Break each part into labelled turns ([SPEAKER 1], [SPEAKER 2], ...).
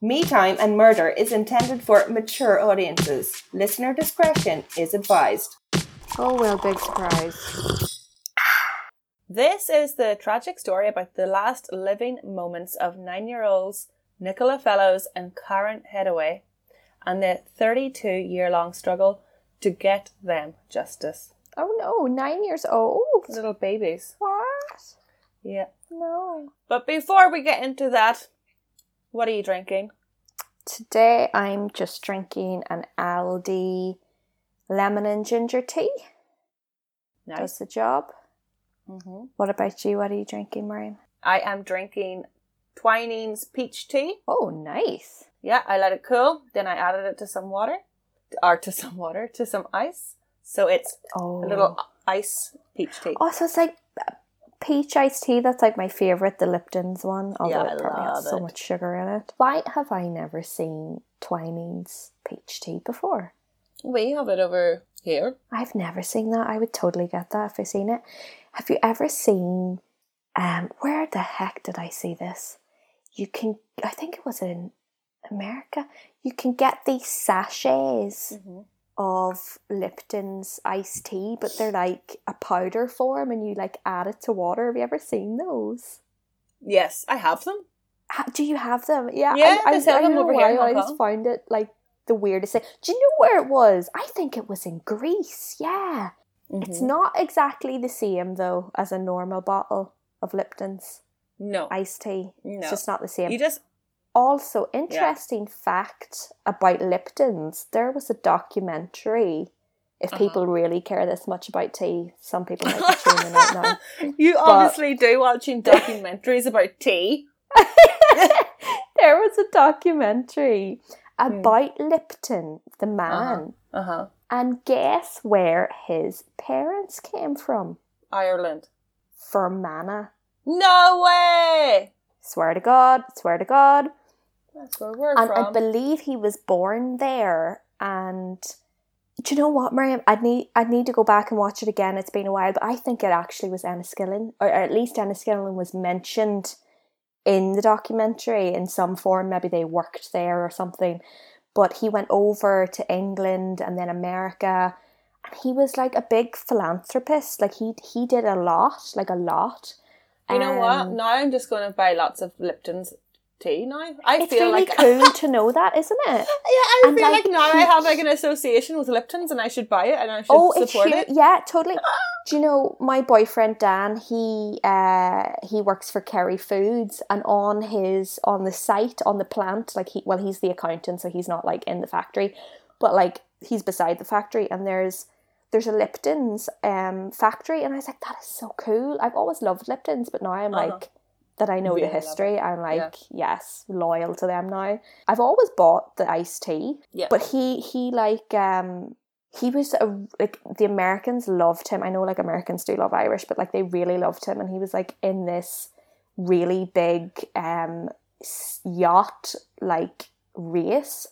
[SPEAKER 1] Me Time and Murder is intended for mature audiences. Listener discretion is advised.
[SPEAKER 2] Oh, well, big surprise.
[SPEAKER 1] This is the tragic story about the last living moments of nine year olds Nicola Fellows and Karen Headaway and their 32 year long struggle to get them justice.
[SPEAKER 2] Oh no, nine years old?
[SPEAKER 1] Little babies.
[SPEAKER 2] What?
[SPEAKER 1] Yeah.
[SPEAKER 2] No.
[SPEAKER 1] But before we get into that, what are you drinking?
[SPEAKER 2] Today I'm just drinking an Aldi lemon and ginger tea. Does the job.
[SPEAKER 1] Mm-hmm.
[SPEAKER 2] What about you? What are you drinking, Marion?
[SPEAKER 1] I am drinking Twining's peach tea.
[SPEAKER 2] Oh, nice.
[SPEAKER 1] Yeah, I let it cool. Then I added it to some water, or to some water, to some ice. So it's
[SPEAKER 2] Oh.
[SPEAKER 1] a little ice peach tea.
[SPEAKER 2] Oh, so it's like peach iced tea. That's like my favorite, the Lipton's one. Although
[SPEAKER 1] Yeah, I
[SPEAKER 2] it probably has
[SPEAKER 1] love
[SPEAKER 2] so
[SPEAKER 1] it.
[SPEAKER 2] much sugar in it. Why have I never seen Twining's peach tea before?
[SPEAKER 1] We have it over here.
[SPEAKER 2] I've never seen that. I would totally get that if I seen it. Have you ever seen? Um, where the heck did I see this? You can. I think it was in America. You can get these sachets
[SPEAKER 1] Mm-hmm.
[SPEAKER 2] of Lipton's iced tea, but they're like a powder form, and you like add it to water. Have you ever seen those?
[SPEAKER 1] Yes, I have them.
[SPEAKER 2] Ha- Do you have them? Yeah,
[SPEAKER 1] Yeah,
[SPEAKER 2] I, I,
[SPEAKER 1] they sell
[SPEAKER 2] I
[SPEAKER 1] them
[SPEAKER 2] don't
[SPEAKER 1] over
[SPEAKER 2] know
[SPEAKER 1] here in
[SPEAKER 2] why,
[SPEAKER 1] Hong
[SPEAKER 2] I just
[SPEAKER 1] Kong.
[SPEAKER 2] found it like the weirdest thing. Do you know where it was? I think it was in Greece. Yeah. It's
[SPEAKER 1] Mm.
[SPEAKER 2] not exactly the same though as a normal bottle of Lipton's
[SPEAKER 1] No,
[SPEAKER 2] iced tea.
[SPEAKER 1] no.
[SPEAKER 2] It's just not the same.
[SPEAKER 1] you just
[SPEAKER 2] also, interesting fact about Lipton's there was a documentary. If
[SPEAKER 1] Uh-huh.
[SPEAKER 2] people really care this much about tea, some people might be tuning out now.
[SPEAKER 1] you obviously do watching documentaries about tea.
[SPEAKER 2] there was a documentary
[SPEAKER 1] Hmm.
[SPEAKER 2] about Lipton, the man,
[SPEAKER 1] Uh
[SPEAKER 2] Uh-huh.
[SPEAKER 1] huh.
[SPEAKER 2] and guess where his parents came from?
[SPEAKER 1] Ireland.
[SPEAKER 2] Fermanagh.
[SPEAKER 1] No way.
[SPEAKER 2] Swear to God, swear to God.
[SPEAKER 1] That's where we're
[SPEAKER 2] and I
[SPEAKER 1] from.
[SPEAKER 2] believe he was born there. And do you know what, Miriam? I'd need I'd need to go back and watch it again. It's been a while, but I think it actually was Enniskillen, or at least Enniskillen was mentioned in the documentary in some form. Maybe they worked there or something. But he went over to England and then America. And he was like a big philanthropist. Like he he did a lot, like a lot.
[SPEAKER 1] you know
[SPEAKER 2] Um,
[SPEAKER 1] what? Now I'm just going to buy lots of Lipton's tea. Now I
[SPEAKER 2] It's
[SPEAKER 1] feel
[SPEAKER 2] really
[SPEAKER 1] like
[SPEAKER 2] cool to know that, isn't it?
[SPEAKER 1] Yeah, I
[SPEAKER 2] And,
[SPEAKER 1] feel like,
[SPEAKER 2] like,
[SPEAKER 1] now I
[SPEAKER 2] peach. Oh,
[SPEAKER 1] have like an association with Lipton's and I should buy it and I should
[SPEAKER 2] it's
[SPEAKER 1] support
[SPEAKER 2] huge.
[SPEAKER 1] it.
[SPEAKER 2] Yeah, totally. Do you know my boyfriend Dan? He uh, he works for Kerry Foods, and on his on the site on the plant, like he well, he's the accountant, so he's not like in the factory, but like he's beside the factory, and there's there's a Lipton's um factory, and I was like, that is so cool. I've always loved Lipton's, but now I'm
[SPEAKER 1] Uh-huh.
[SPEAKER 2] like that I know
[SPEAKER 1] Really
[SPEAKER 2] the
[SPEAKER 1] love it.
[SPEAKER 2] history. I'm like, yes, loyal to them now. I've always bought the iced tea,
[SPEAKER 1] Yeah.
[SPEAKER 2] but he he like um he was a, like the Americans loved him. I know like Americans do love Irish, but like they really loved him, and he was like in this really big um s- yacht like race.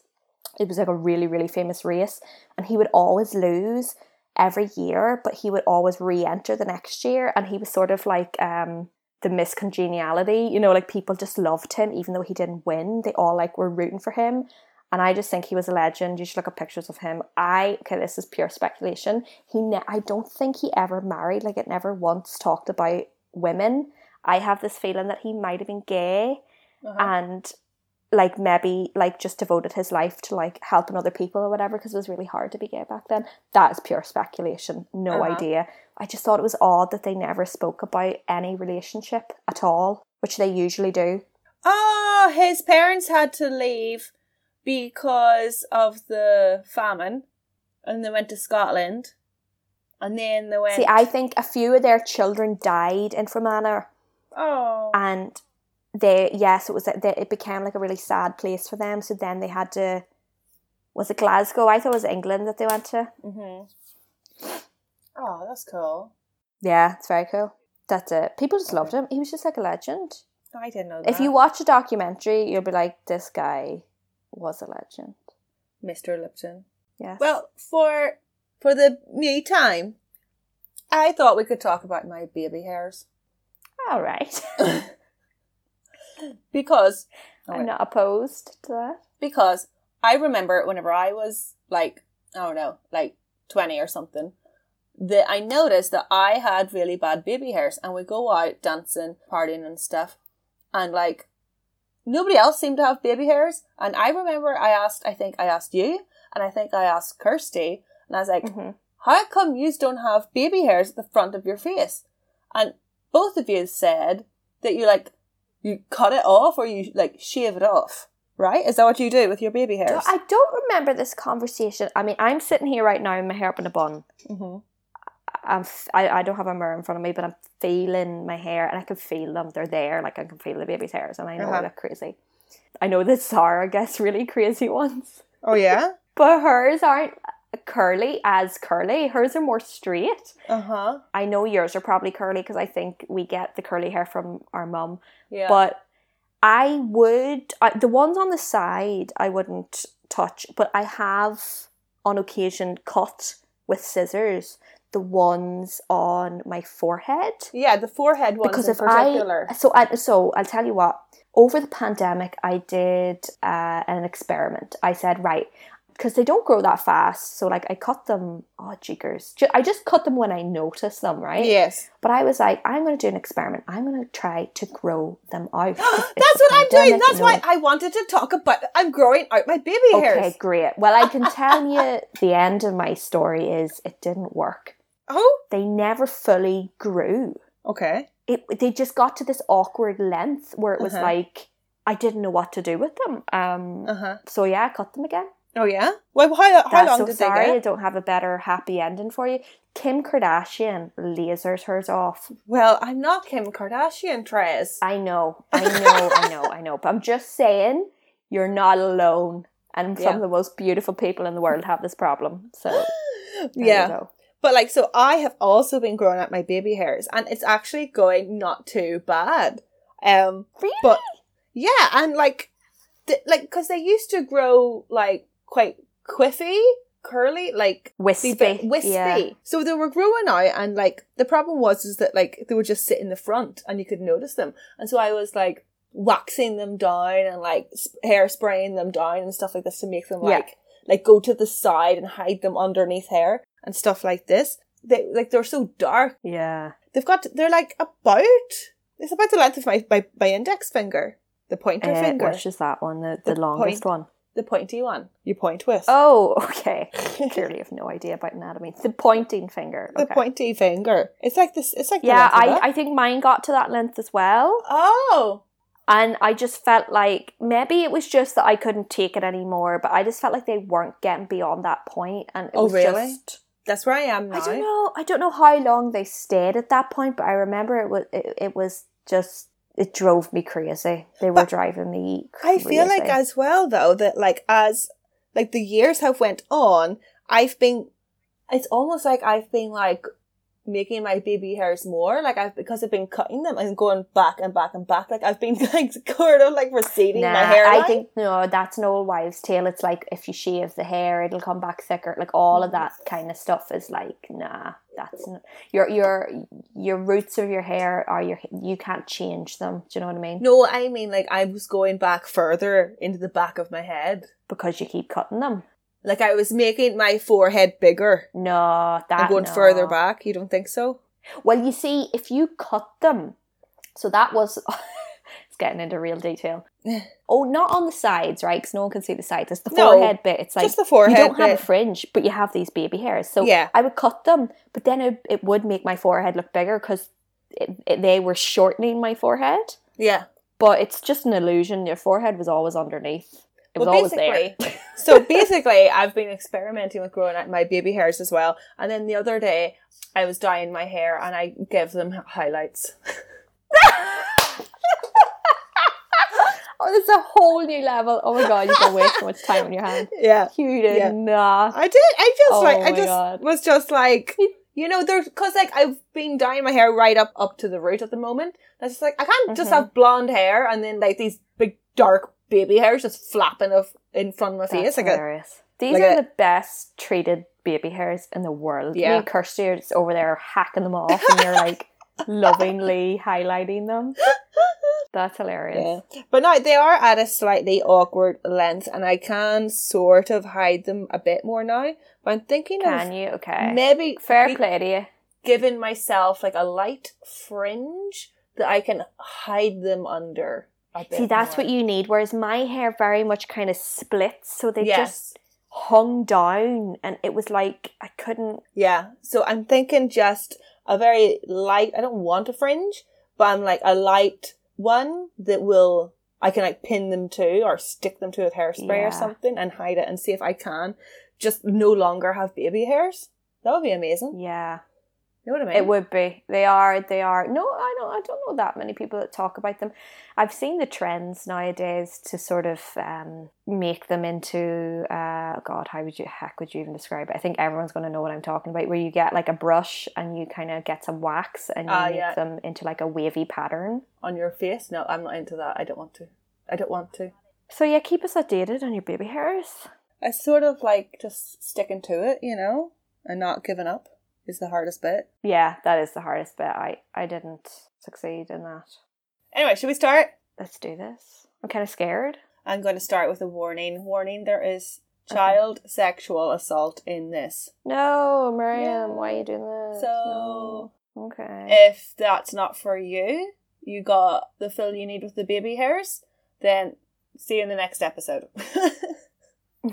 [SPEAKER 2] It was like a really really famous race, and he would always lose every year, but he would always re-enter the next year, and he was sort of like um the miscongeniality, you know, like people just loved him even though he didn't win. They all like were rooting for him and I just think he was a legend. You should look at pictures of him. I okay, this is pure speculation. He, ne- I don't think he ever married. Like it never once talked about women. I have this feeling that he might have been gay
[SPEAKER 1] Uh-huh.
[SPEAKER 2] and like maybe like just devoted his life to like helping other people or whatever because it was really hard to be gay back then. That is pure speculation. No
[SPEAKER 1] Uh-huh.
[SPEAKER 2] idea. I just thought it was odd that they never spoke about any relationship at all, which they usually do.
[SPEAKER 1] Oh, his parents had to leave because of the famine and they went to Scotland and then they went.
[SPEAKER 2] See, I think a few of their children died in Fermanagh.
[SPEAKER 1] Oh.
[SPEAKER 2] and they yes it was that it became like a really sad place for them so then they had to was it glasgow i thought it was england that they went to
[SPEAKER 1] hmm Oh, that's cool.
[SPEAKER 2] yeah it's very cool that's it people just loved him he was just like a legend
[SPEAKER 1] I didn't know that.
[SPEAKER 2] if you watch a documentary you'll be like this guy was a legend
[SPEAKER 1] Mr. Lipton.
[SPEAKER 2] yes
[SPEAKER 1] Well, for for the me time, I thought we could talk about my baby hairs.
[SPEAKER 2] all right
[SPEAKER 1] because Oh,
[SPEAKER 2] I'm
[SPEAKER 1] wait.
[SPEAKER 2] not opposed to that.
[SPEAKER 1] because I remember whenever I was like I don't know, like twenty or something, that I noticed that I had really bad baby hairs, and we go out dancing, partying, and stuff, and like nobody else seemed to have baby hairs, and I remember I asked, I think I asked you, and I think I asked Kirsty, and I was like,
[SPEAKER 2] Mhm.
[SPEAKER 1] how come you don't have baby hairs at the front of your face? And both of you said that you like you cut it off or you like shave it off, right? Is that what you do with your baby
[SPEAKER 2] Do-
[SPEAKER 1] hairs?
[SPEAKER 2] I don't remember this conversation. I mean, I'm sitting here right now with my hair up in a bun.
[SPEAKER 1] mm-hmm.
[SPEAKER 2] I'm f- I, I don't have a mirror in front of me, but I'm feeling my hair and I can feel them. They're there, like I can feel the baby's hairs, and I know
[SPEAKER 1] Uh-huh.
[SPEAKER 2] I look crazy. I know that Sarah gets really crazy ones,
[SPEAKER 1] Oh yeah.
[SPEAKER 2] but hers aren't curly as curly. Hers are more straight.
[SPEAKER 1] Uh huh.
[SPEAKER 2] I know yours are probably curly because I think we get the curly hair from our mum,
[SPEAKER 1] Yeah.
[SPEAKER 2] but I would I, the ones on the side I wouldn't touch, but I have on occasion cut with scissors the ones on my forehead
[SPEAKER 1] yeah, the forehead ones
[SPEAKER 2] because
[SPEAKER 1] in
[SPEAKER 2] if
[SPEAKER 1] particular.
[SPEAKER 2] I so I, so I'll tell you what over the pandemic I did uh, an experiment. I said right because they don't grow that fast, so like I cut them. Oh jiggers! Ju- I just cut them when I notice them, right?
[SPEAKER 1] Yes.
[SPEAKER 2] But I was like, I'm going to do an experiment. I'm going to try to grow them out.
[SPEAKER 1] That's
[SPEAKER 2] It's the
[SPEAKER 1] what I'm doing.
[SPEAKER 2] pandemic,
[SPEAKER 1] That's
[SPEAKER 2] you know,
[SPEAKER 1] why I wanted to talk about. I'm growing out my baby hairs.
[SPEAKER 2] Okay, great. Well, I can tell you the end of my story is it didn't work.
[SPEAKER 1] Oh.
[SPEAKER 2] They never fully grew.
[SPEAKER 1] Okay.
[SPEAKER 2] It they just got to this awkward length where it was
[SPEAKER 1] Uh-huh.
[SPEAKER 2] like I didn't know what to do with them. Um
[SPEAKER 1] Uh huh.
[SPEAKER 2] so yeah, I cut them again.
[SPEAKER 1] Oh yeah. Well, how, how
[SPEAKER 2] That's
[SPEAKER 1] long
[SPEAKER 2] so
[SPEAKER 1] did
[SPEAKER 2] sorry
[SPEAKER 1] they
[SPEAKER 2] I
[SPEAKER 1] get?
[SPEAKER 2] don't have a better happy ending for you. Kim Kardashian lasers hers off.
[SPEAKER 1] Well, I'm not Kim Kardashian, Trez.
[SPEAKER 2] I know, I know, I know, I know. But I'm just saying, you're not alone. And some
[SPEAKER 1] Yeah.
[SPEAKER 2] of the most beautiful people in the world have this problem. So there
[SPEAKER 1] yeah.
[SPEAKER 2] you go.
[SPEAKER 1] But like, so I have also been growing out my baby hairs, and it's actually going not too bad. Um,
[SPEAKER 2] Really?
[SPEAKER 1] But- yeah, and like, th- like because they used to grow like quite quiffy, curly, like be
[SPEAKER 2] wispy,
[SPEAKER 1] a bit wispy.
[SPEAKER 2] Yeah.
[SPEAKER 1] So they were growing out, and like the problem was is that like they would just sit in the front, and you could notice them. And so I was like waxing them down and like sp- hair spraying them down and stuff like this to make them
[SPEAKER 2] Yeah.
[SPEAKER 1] like like go to the side and hide them underneath hair and stuff like this. They like they're so dark.
[SPEAKER 2] Yeah.
[SPEAKER 1] They've got they're like about it's about the length of my my, my index finger, the pointer
[SPEAKER 2] Uh,
[SPEAKER 1] finger,
[SPEAKER 2] which is that one? The, the,
[SPEAKER 1] The
[SPEAKER 2] longest
[SPEAKER 1] point.
[SPEAKER 2] one.
[SPEAKER 1] the pointy one you point with.
[SPEAKER 2] Oh, okay. Clearly, have no idea about anatomy. The pointing finger.
[SPEAKER 1] The
[SPEAKER 2] okay.
[SPEAKER 1] pointy finger. It's like this. It's like the
[SPEAKER 2] Yeah,
[SPEAKER 1] length of that.
[SPEAKER 2] I, I think mine got to that length as well.
[SPEAKER 1] Oh,
[SPEAKER 2] And I just felt like maybe it was just that I couldn't take it anymore, but I just felt like they weren't getting beyond that point, and it
[SPEAKER 1] Oh,
[SPEAKER 2] was
[SPEAKER 1] really?
[SPEAKER 2] just
[SPEAKER 1] that's where I am now.
[SPEAKER 2] I don't know I don't know how long they stayed at that point, but I remember it was it, it was just it drove me crazy. They were
[SPEAKER 1] But
[SPEAKER 2] driving me.
[SPEAKER 1] I
[SPEAKER 2] Crazy.
[SPEAKER 1] feel like as well though that like as like the years have went on, I've been. It's almost like I've been like making my baby hairs more like I've because I've been cutting them and going back and back and back. Like I've been like sort of like receding
[SPEAKER 2] nah,
[SPEAKER 1] my hair.
[SPEAKER 2] I think no, that's an old wives' tale. It's like if you shave the hair, it'll come back thicker. Like all of that kind of stuff is like nah, that's n- your your your roots of your hair are your you can't change them. Do you know what I mean?
[SPEAKER 1] no, I mean like I was going back further into the back of my head.
[SPEAKER 2] because you keep cutting them.
[SPEAKER 1] Like I was making my forehead bigger
[SPEAKER 2] No, that
[SPEAKER 1] and going
[SPEAKER 2] no.
[SPEAKER 1] further back. You don't think so?
[SPEAKER 2] Well, you see, if you cut them, so that was it's getting into real detail. oh, not on the sides, right? Because no one can see the sides. It's the
[SPEAKER 1] No,
[SPEAKER 2] forehead bit. It's like
[SPEAKER 1] Just the forehead.
[SPEAKER 2] you don't have a
[SPEAKER 1] bit.
[SPEAKER 2] fringe, but you have these baby hairs. So
[SPEAKER 1] Yeah.
[SPEAKER 2] I would cut them, but then it, it would make my forehead look bigger because they were shortening my forehead.
[SPEAKER 1] yeah.
[SPEAKER 2] But it's just an illusion. Your forehead was always underneath. It was
[SPEAKER 1] Well,
[SPEAKER 2] always there.
[SPEAKER 1] so basically, I've been experimenting with growing out my baby hairs as well. And then the other day, I was dyeing my hair and I gave them highlights.
[SPEAKER 2] Oh, there's a whole new level. Oh my god, you've got way too much time on your hands.
[SPEAKER 1] Yeah,
[SPEAKER 2] You did
[SPEAKER 1] Yeah.
[SPEAKER 2] not.
[SPEAKER 1] I did. I just
[SPEAKER 2] Oh
[SPEAKER 1] like I
[SPEAKER 2] my
[SPEAKER 1] just
[SPEAKER 2] God.
[SPEAKER 1] was just like you know there's because like I've been dyeing my hair right up up to the root at the moment. And it's just like I can't just
[SPEAKER 2] Mhm.
[SPEAKER 1] have blonde hair and then like these big dark baby hairs just flapping of in front of my face.
[SPEAKER 2] That's
[SPEAKER 1] Like a,
[SPEAKER 2] hilarious. These
[SPEAKER 1] like
[SPEAKER 2] are
[SPEAKER 1] a-
[SPEAKER 2] the best treated baby hairs in the world.
[SPEAKER 1] Yeah.
[SPEAKER 2] Me and Kirsty are just over there hacking them off, and you're like, lovingly highlighting them. That's hilarious.
[SPEAKER 1] Yeah. But no, they are at a slightly awkward length, and I can sort of hide them a bit more now. But I'm thinking
[SPEAKER 2] Can
[SPEAKER 1] of
[SPEAKER 2] you? Okay.
[SPEAKER 1] maybe
[SPEAKER 2] Fair
[SPEAKER 1] be-
[SPEAKER 2] play to you.
[SPEAKER 1] giving myself like a light fringe that I can hide them under. A bit
[SPEAKER 2] See, that's
[SPEAKER 1] more.
[SPEAKER 2] what you need. Whereas my hair very much kind of splits, so they just
[SPEAKER 1] yes.
[SPEAKER 2] hung down, and it was like I couldn't.
[SPEAKER 1] Yeah. So I'm thinking just a very light, I don't want a fringe, but I'm like a light one that will, I can like pin them to or stick them to with hairspray
[SPEAKER 2] Yeah.
[SPEAKER 1] or something and hide it and see if I can just no longer have baby hairs. That would be amazing.
[SPEAKER 2] Yeah,
[SPEAKER 1] You know what I mean?
[SPEAKER 2] it would be. They are. They are. No, I don't. I don't know that many people that talk about them. I've seen the trends nowadays to sort of um, make them into. Uh, God, how would you? Heck, would you even describe it? I think everyone's going to know what I'm talking about. Where you get like a brush and you kind of get some wax and you
[SPEAKER 1] Ah,
[SPEAKER 2] make
[SPEAKER 1] yeah.
[SPEAKER 2] them into like a wavy pattern.
[SPEAKER 1] On your face? No, I'm not into that. I don't want to. I don't want to.
[SPEAKER 2] So yeah, keep us updated on your baby hairs.
[SPEAKER 1] I sort of like just sticking to it, you know, and not giving up is the hardest bit.
[SPEAKER 2] Yeah, that is the hardest bit. I I didn't succeed in that.
[SPEAKER 1] Anyway, should we start?
[SPEAKER 2] Let's do this. I'm kind of scared.
[SPEAKER 1] I'm going to start with a warning. Warning there is
[SPEAKER 2] Okay.
[SPEAKER 1] child sexual assault in this.
[SPEAKER 2] No, Miriam,
[SPEAKER 1] No.
[SPEAKER 2] why are you doing this?
[SPEAKER 1] So-
[SPEAKER 2] No. okay.
[SPEAKER 1] If that's not for you, you got the fill you need with the baby hairs, then see you in the next episode.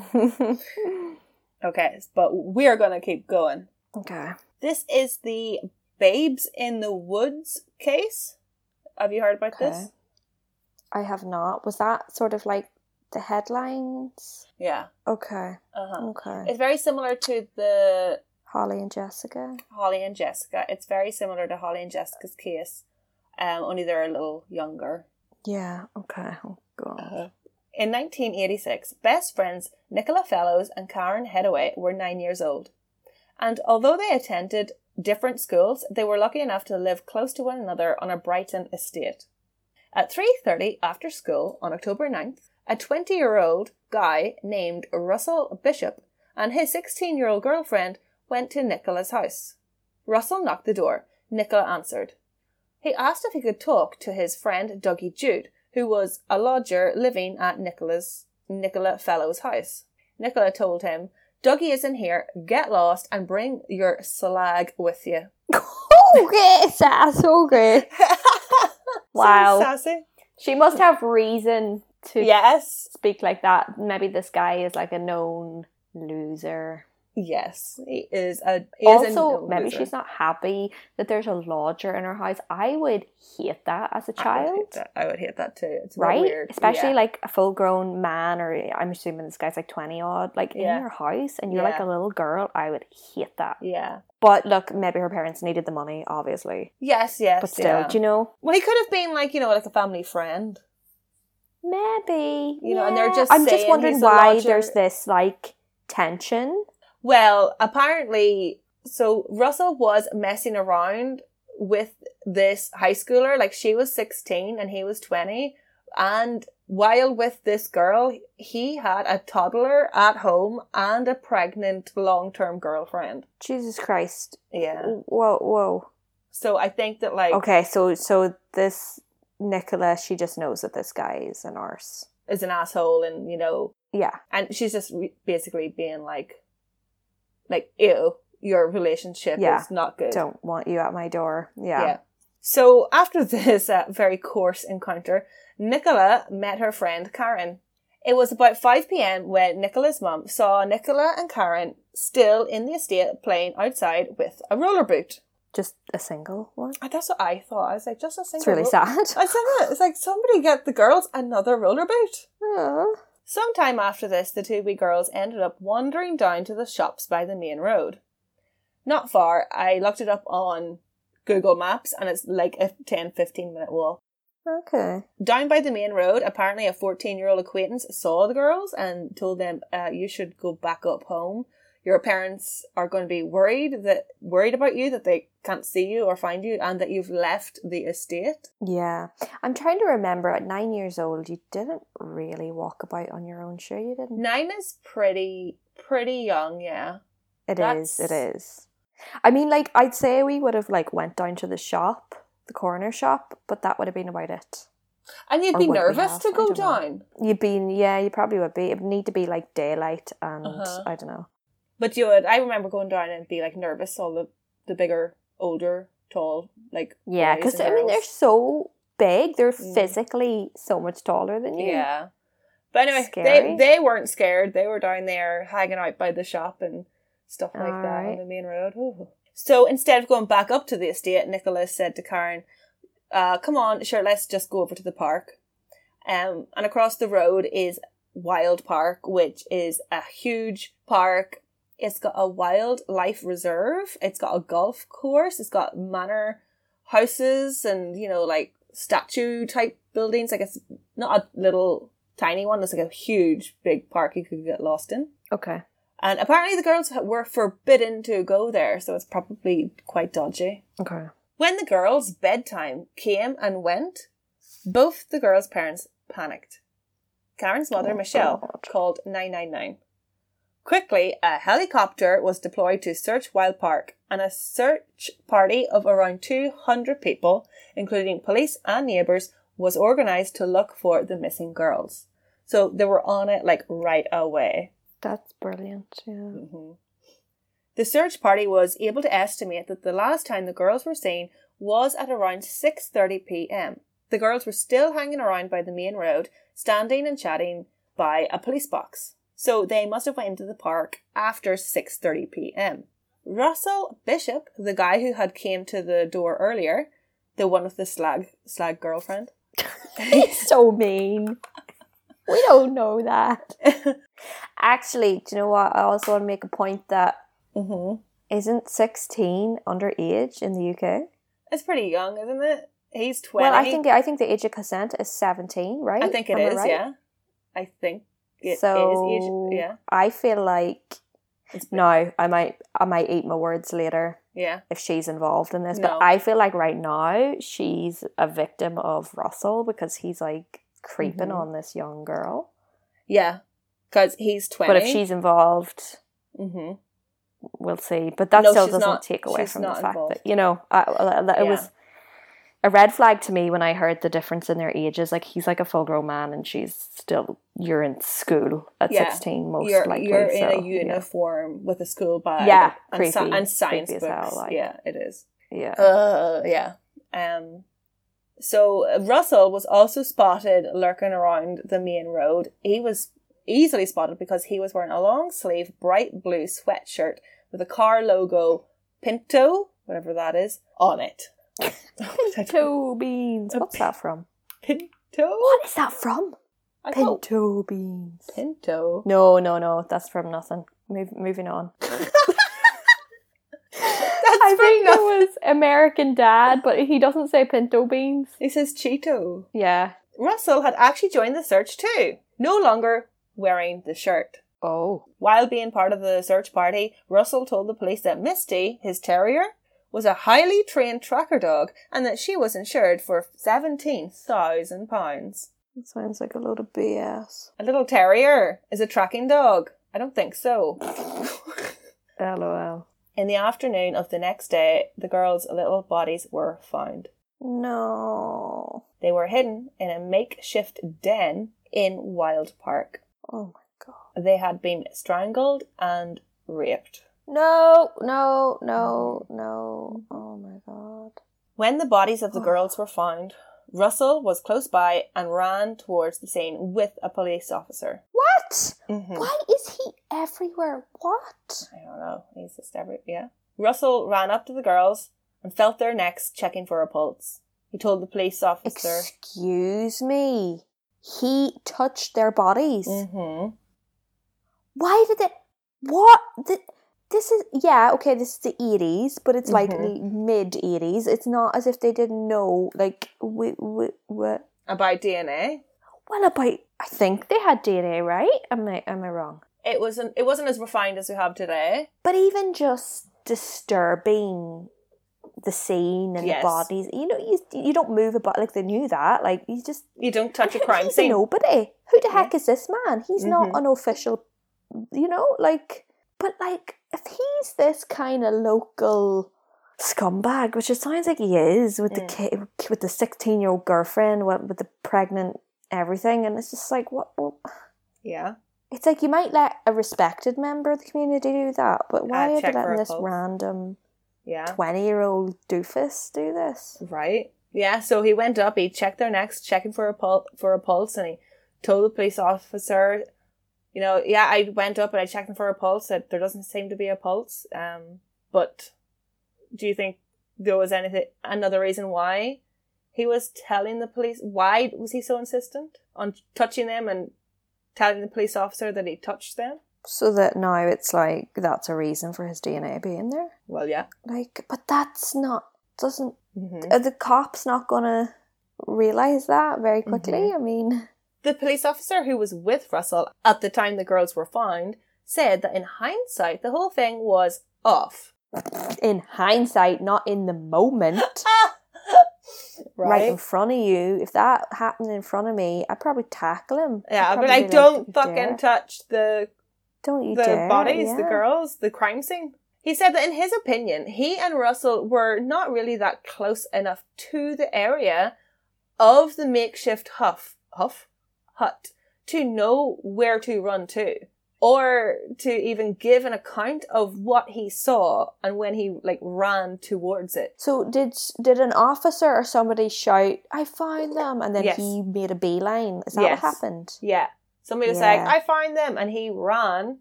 [SPEAKER 1] okay, but we're going to keep going.
[SPEAKER 2] okay.
[SPEAKER 1] This is the Babes in the Woods case. Have you heard about
[SPEAKER 2] Okay.
[SPEAKER 1] this?
[SPEAKER 2] I have not. Was that sort of like the headlines?
[SPEAKER 1] Yeah.
[SPEAKER 2] Okay.
[SPEAKER 1] Uh-huh.
[SPEAKER 2] Okay.
[SPEAKER 1] It's very similar to the
[SPEAKER 2] Holly and Jessica.
[SPEAKER 1] Holly and Jessica. It's very similar to Holly and Jessica's case, um, only they're a little younger.
[SPEAKER 2] Yeah. Okay. Oh
[SPEAKER 1] Uh-huh.
[SPEAKER 2] god.
[SPEAKER 1] In 1986, best friends Nicola Fellows and Karen Headaway were nine years old. And although they attended different schools, they were lucky enough to live close to one another on a Brighton estate. At 3.30 after school on October 9th, a 20-year-old guy named Russell Bishop and his 16-year-old girlfriend went to Nicola's house. Russell knocked the door. Nicola answered. He asked if he could talk to his friend Dougie Jude, who was a lodger living at Nicola's Nicola Fellow's house. Nicola told him, Dougie isn't here, get lost and bring your slag with you.
[SPEAKER 2] oh great, Sarah, so great. Wow.
[SPEAKER 1] So sassy.
[SPEAKER 2] She must have reason to
[SPEAKER 1] Yes.
[SPEAKER 2] speak like that. Maybe this guy is like a known loser.
[SPEAKER 1] Yes. He is a he is a
[SPEAKER 2] also,
[SPEAKER 1] known
[SPEAKER 2] maybe
[SPEAKER 1] loser.
[SPEAKER 2] she's not happy that there's a lodger in her house. I would hate that as a
[SPEAKER 1] I would
[SPEAKER 2] child,
[SPEAKER 1] hate that. I would hate that too. It's a bit
[SPEAKER 2] right?
[SPEAKER 1] weird.
[SPEAKER 2] Especially
[SPEAKER 1] Yeah.
[SPEAKER 2] like a full grown man, or I'm assuming this guy's like 20 odd, like
[SPEAKER 1] Yeah.
[SPEAKER 2] in your house, and you're like
[SPEAKER 1] Yeah.
[SPEAKER 2] a little girl. I would hate that.
[SPEAKER 1] Yeah.
[SPEAKER 2] But look, maybe her parents needed the money, obviously.
[SPEAKER 1] Yes, yes.
[SPEAKER 2] But still,
[SPEAKER 1] yeah.
[SPEAKER 2] do you know?
[SPEAKER 1] Well, he could have been like, you know, like a family friend.
[SPEAKER 2] Maybe.
[SPEAKER 1] You know, and they're just
[SPEAKER 2] I'm just
[SPEAKER 1] saying
[SPEAKER 2] wondering
[SPEAKER 1] he's a
[SPEAKER 2] why
[SPEAKER 1] lodger.
[SPEAKER 2] there's this like tension.
[SPEAKER 1] Well, apparently, so Russell was messing around with this high schooler. Like she was 16 and he was 20. And while with this girl, he had a toddler at home and a pregnant long term girlfriend.
[SPEAKER 2] Jesus Christ.
[SPEAKER 1] Yeah.
[SPEAKER 2] Whoa, whoa.
[SPEAKER 1] So I think that, like,
[SPEAKER 2] Okay, so so this Nicola, she just knows that this guy is an arse.
[SPEAKER 1] is an asshole and, you know,
[SPEAKER 2] Yeah.
[SPEAKER 1] and she's just re- basically being like, like, ew, your relationship
[SPEAKER 2] Yeah.
[SPEAKER 1] is not good.
[SPEAKER 2] Don't want you at my door. Yeah.
[SPEAKER 1] Yeah. So after this uh, very coarse encounter, Nicola met her friend Karen. It was about 5 p.m. when Nicola's mum saw Nicola and Karen still in the estate playing outside with a roller boot.
[SPEAKER 2] Just a single one.
[SPEAKER 1] And that's what I thought. I was like, just a single.
[SPEAKER 2] It's really
[SPEAKER 1] ro-
[SPEAKER 2] sad.
[SPEAKER 1] I said, "Look," it's like somebody get the girls another roller boot.
[SPEAKER 2] Aw.
[SPEAKER 1] Sometime after this, the two wee girls ended up wandering down to the shops by the main road. Not far, I looked it up on Google Maps and it's like a 10 15 minute walk.
[SPEAKER 2] Okay.
[SPEAKER 1] Down by the main road, apparently a 14 year old acquaintance saw the girls and told them, uh, You should go back up home. Your parents are going to be worried that worried about you that they can't see you or find you and that you've left the estate.
[SPEAKER 2] Yeah. I'm trying to remember at nine years old you didn't really walk about on your own, sure you didn't.
[SPEAKER 1] Nine is pretty pretty young, yeah.
[SPEAKER 2] It is, it
[SPEAKER 1] that's-
[SPEAKER 2] is. I mean, like I'd say we would have like went down to the shop, the corner shop, but that would have been about it.
[SPEAKER 1] And you'd
[SPEAKER 2] Or
[SPEAKER 1] be
[SPEAKER 2] would Oh, we
[SPEAKER 1] nervous
[SPEAKER 2] have?
[SPEAKER 1] to
[SPEAKER 2] I
[SPEAKER 1] go
[SPEAKER 2] don't know.
[SPEAKER 1] down.
[SPEAKER 2] You'd be, yeah, you probably would be. It'd need to be like daylight, and
[SPEAKER 1] Uh-huh.
[SPEAKER 2] I don't know.
[SPEAKER 1] But you would. I remember going down and be like nervous. All the the bigger, older, tall, like
[SPEAKER 2] Yeah,
[SPEAKER 1] boys
[SPEAKER 2] because
[SPEAKER 1] and
[SPEAKER 2] I mean
[SPEAKER 1] girls.
[SPEAKER 2] they're so big; they're
[SPEAKER 1] Mm.
[SPEAKER 2] physically so much taller than you.
[SPEAKER 1] yeah. But anyway,
[SPEAKER 2] Scary.
[SPEAKER 1] they they weren't scared. They were down there hanging out by the shop and stuff like that on
[SPEAKER 2] Alright.
[SPEAKER 1] the main road. Ooh. So instead of going back up to the estate, Nicholas said to Karen, uh, "Come on, sure, let's just go over to the park." Um, and across the road is Wild Park, which is a huge park It's got a wildlife reserve. It's got a golf course. It's got manor houses and, you know, like statue type buildings. Like it's not a little tiny one. It's like a huge, big park you could get lost in.
[SPEAKER 2] Okay.
[SPEAKER 1] And apparently the girls were forbidden to go there, so it's probably quite dodgy.
[SPEAKER 2] Okay.
[SPEAKER 1] When the girls' bedtime came and went, both the girls' parents panicked. Karen's mother,
[SPEAKER 2] Oh,
[SPEAKER 1] Michelle,
[SPEAKER 2] God.
[SPEAKER 1] called 999. Quickly, a helicopter was deployed to search Wild Park, and a search party of around 200 people, including police and neighbours, was organised to look for the missing girls. So they were on it like right away.
[SPEAKER 2] That's brilliant. Yeah.
[SPEAKER 1] Mhm. The search party was able to estimate that the last time the girls were seen was at around 6:30 p.m. The girls were still hanging around by the main road, standing and chatting by a police box. So they must have went into the park after 6:30 p.m. Russell Bishop, the guy who had came to the door earlier, the one with the slag slag girlfriend,
[SPEAKER 2] He's so mean. We don't know that. Actually, do you know what? I also want to make a point that
[SPEAKER 1] hmm
[SPEAKER 2] Mm-hmm. isn't 16 underage in the UK?
[SPEAKER 1] it's pretty young, isn't it? He's 20.
[SPEAKER 2] Well, I think I think the age of consent is 17, right?
[SPEAKER 1] I think it
[SPEAKER 2] Am
[SPEAKER 1] is.
[SPEAKER 2] right?
[SPEAKER 1] Yeah, I think it is.
[SPEAKER 2] So
[SPEAKER 1] age- Yeah,
[SPEAKER 2] I feel like
[SPEAKER 1] It's been-
[SPEAKER 2] no, I might I might eat my words later
[SPEAKER 1] yeah.
[SPEAKER 2] if she's involved in this,
[SPEAKER 1] No.
[SPEAKER 2] but I feel like right now she's a victim of Russell because he's like creeping
[SPEAKER 1] Mhm.
[SPEAKER 2] on this young girl.
[SPEAKER 1] Yeah, because he's twenty.
[SPEAKER 2] But if she's involved,
[SPEAKER 1] hmm
[SPEAKER 2] we'll see. But that
[SPEAKER 1] No,
[SPEAKER 2] still
[SPEAKER 1] she's
[SPEAKER 2] doesn't
[SPEAKER 1] not-
[SPEAKER 2] take away
[SPEAKER 1] she's
[SPEAKER 2] from the
[SPEAKER 1] not
[SPEAKER 2] fact
[SPEAKER 1] involved.
[SPEAKER 2] that you know I, I- I- it
[SPEAKER 1] Yeah.
[SPEAKER 2] was a red flag to me when I heard the difference in their ages. Like he's like a full grown man, and she's still you're in school at
[SPEAKER 1] Yeah.
[SPEAKER 2] sixteen, most
[SPEAKER 1] you're
[SPEAKER 2] likely.
[SPEAKER 1] you're
[SPEAKER 2] so,
[SPEAKER 1] in a uniform with a school bag.
[SPEAKER 2] Yeah,
[SPEAKER 1] and,
[SPEAKER 2] creepy,
[SPEAKER 1] si- and science
[SPEAKER 2] creepy as
[SPEAKER 1] books.
[SPEAKER 2] hell, like.
[SPEAKER 1] Yeah, it is.
[SPEAKER 2] Yeah, yeah.
[SPEAKER 1] Uh, yeah. Um. So uh, Russell was also spotted lurking around the main road. He was easily spotted because he was wearing a long sleeve bright blue sweatshirt with a car logo Pinto, whatever that is, on it.
[SPEAKER 2] Pinto beans.
[SPEAKER 1] A
[SPEAKER 2] What's that from?
[SPEAKER 1] Pinto?
[SPEAKER 2] What is that from?
[SPEAKER 1] I thought
[SPEAKER 2] Pinto beans.
[SPEAKER 1] Pinto.
[SPEAKER 2] No, no, no. That's from nothing. Move, moving on.
[SPEAKER 1] That's
[SPEAKER 2] I
[SPEAKER 1] from
[SPEAKER 2] think
[SPEAKER 1] nothing.
[SPEAKER 2] it was American Dad, but he doesn't say pinto beans.
[SPEAKER 1] He says Cheeto.
[SPEAKER 2] Yeah.
[SPEAKER 1] Russell had actually joined the search too, no longer wearing the shirt.
[SPEAKER 2] Oh.
[SPEAKER 1] While being part of the search party, Russell told the police that Misty, his terrier, was a highly trained tracker dog and that she was insured for £17,000.
[SPEAKER 2] That sounds like a load of BS.
[SPEAKER 1] A little terrier is a tracking dog? I don't think so.
[SPEAKER 2] LOL.
[SPEAKER 1] In the afternoon of the next day, the girls' little bodies were found.
[SPEAKER 2] No.
[SPEAKER 1] They were hidden in a makeshift den in Wild Park.
[SPEAKER 2] Oh my god.
[SPEAKER 1] They had been strangled and raped.
[SPEAKER 2] No, no, no, no. Oh my god.
[SPEAKER 1] When the bodies of the girls were found, Russell was close by and ran towards the scene with a police officer.
[SPEAKER 2] What?
[SPEAKER 1] Mm-hmm.
[SPEAKER 2] Why is he everywhere? What?
[SPEAKER 1] I don't know. He's just every yeah. Russell ran up to the girls and felt their necks, checking for a pulse. He told the police officer.
[SPEAKER 2] Excuse me. He touched their bodies.
[SPEAKER 1] hmm
[SPEAKER 2] Why did they? What? The, this is yeah okay. This is the eighties, but it's like
[SPEAKER 1] Mhm.
[SPEAKER 2] mid eighties. It's not as if they didn't know. Like we we what?
[SPEAKER 1] About DNA,
[SPEAKER 2] Well, about I think they had DNA, right? Am I am I wrong?
[SPEAKER 1] it wasn't. It wasn't as refined as we have today.
[SPEAKER 2] But even just disturbing the scene and
[SPEAKER 1] Yes.
[SPEAKER 2] the bodies, you know, you, you don't move about like they knew that. Like you just
[SPEAKER 1] You don't touch a
[SPEAKER 2] Who-
[SPEAKER 1] crime
[SPEAKER 2] he's
[SPEAKER 1] scene.
[SPEAKER 2] Nobody. Who the
[SPEAKER 1] Yeah.
[SPEAKER 2] heck is this man? He's
[SPEAKER 1] Mhm.
[SPEAKER 2] not an official. You know, like But like, if he's this kind of local scumbag, which it sounds like he is, with the
[SPEAKER 1] Mm.
[SPEAKER 2] kid, with the sixteen-year-old girlfriend, with, with the pregnant everything, and it's just like, what? what?
[SPEAKER 1] Yeah.
[SPEAKER 2] It's like you might let a respected member of the community do that, but why are you
[SPEAKER 1] check for a
[SPEAKER 2] letting this
[SPEAKER 1] pulse.
[SPEAKER 2] random
[SPEAKER 1] Yeah.
[SPEAKER 2] twenty-year-old doofus do this?
[SPEAKER 1] Right. Yeah. So he went up. He checked their necks, checking for a pul- for a pulse, and he told the police officer, you know, yeah, I went up and I checked him for a pulse. That there doesn't seem to be a pulse. Um, but do you think there was anything another reason why he was telling the police? Why was he so insistent on touching them and telling the police officer that he touched them?
[SPEAKER 2] So that now it's like that's a reason for his DNA being there.
[SPEAKER 1] Well, yeah.
[SPEAKER 2] Like, but that's not doesn't
[SPEAKER 1] hmm
[SPEAKER 2] are the cops not gonna realize that very quickly?
[SPEAKER 1] Mm-hmm.
[SPEAKER 2] I mean,
[SPEAKER 1] The police officer who was with Russell at the time the girls were found said that in hindsight, the whole thing was off.
[SPEAKER 2] in hindsight, not in the moment, right. in front of you. If that happened in front of me, I'd probably tackle him.
[SPEAKER 1] Yeah,
[SPEAKER 2] I'd
[SPEAKER 1] but
[SPEAKER 2] probably
[SPEAKER 1] I
[SPEAKER 2] be like,
[SPEAKER 1] don't
[SPEAKER 2] "You
[SPEAKER 1] fucking
[SPEAKER 2] dare.
[SPEAKER 1] touch the
[SPEAKER 2] don't you
[SPEAKER 1] the
[SPEAKER 2] dare,
[SPEAKER 1] bodies, the
[SPEAKER 2] yeah."
[SPEAKER 1] girls, the crime scene. He said that in his opinion, he and Russell were not really that close enough to the area of the makeshift huff huff hut to know where to run to or to even give an account of what he saw and when he like ran towards it.
[SPEAKER 2] So did did an officer or somebody shout, "I found them," and then
[SPEAKER 1] Yes.
[SPEAKER 2] he made a beeline? Is that
[SPEAKER 1] Yes.
[SPEAKER 2] what happened?
[SPEAKER 1] Yeah. Somebody was
[SPEAKER 2] Yeah.
[SPEAKER 1] like, I found them. And he ran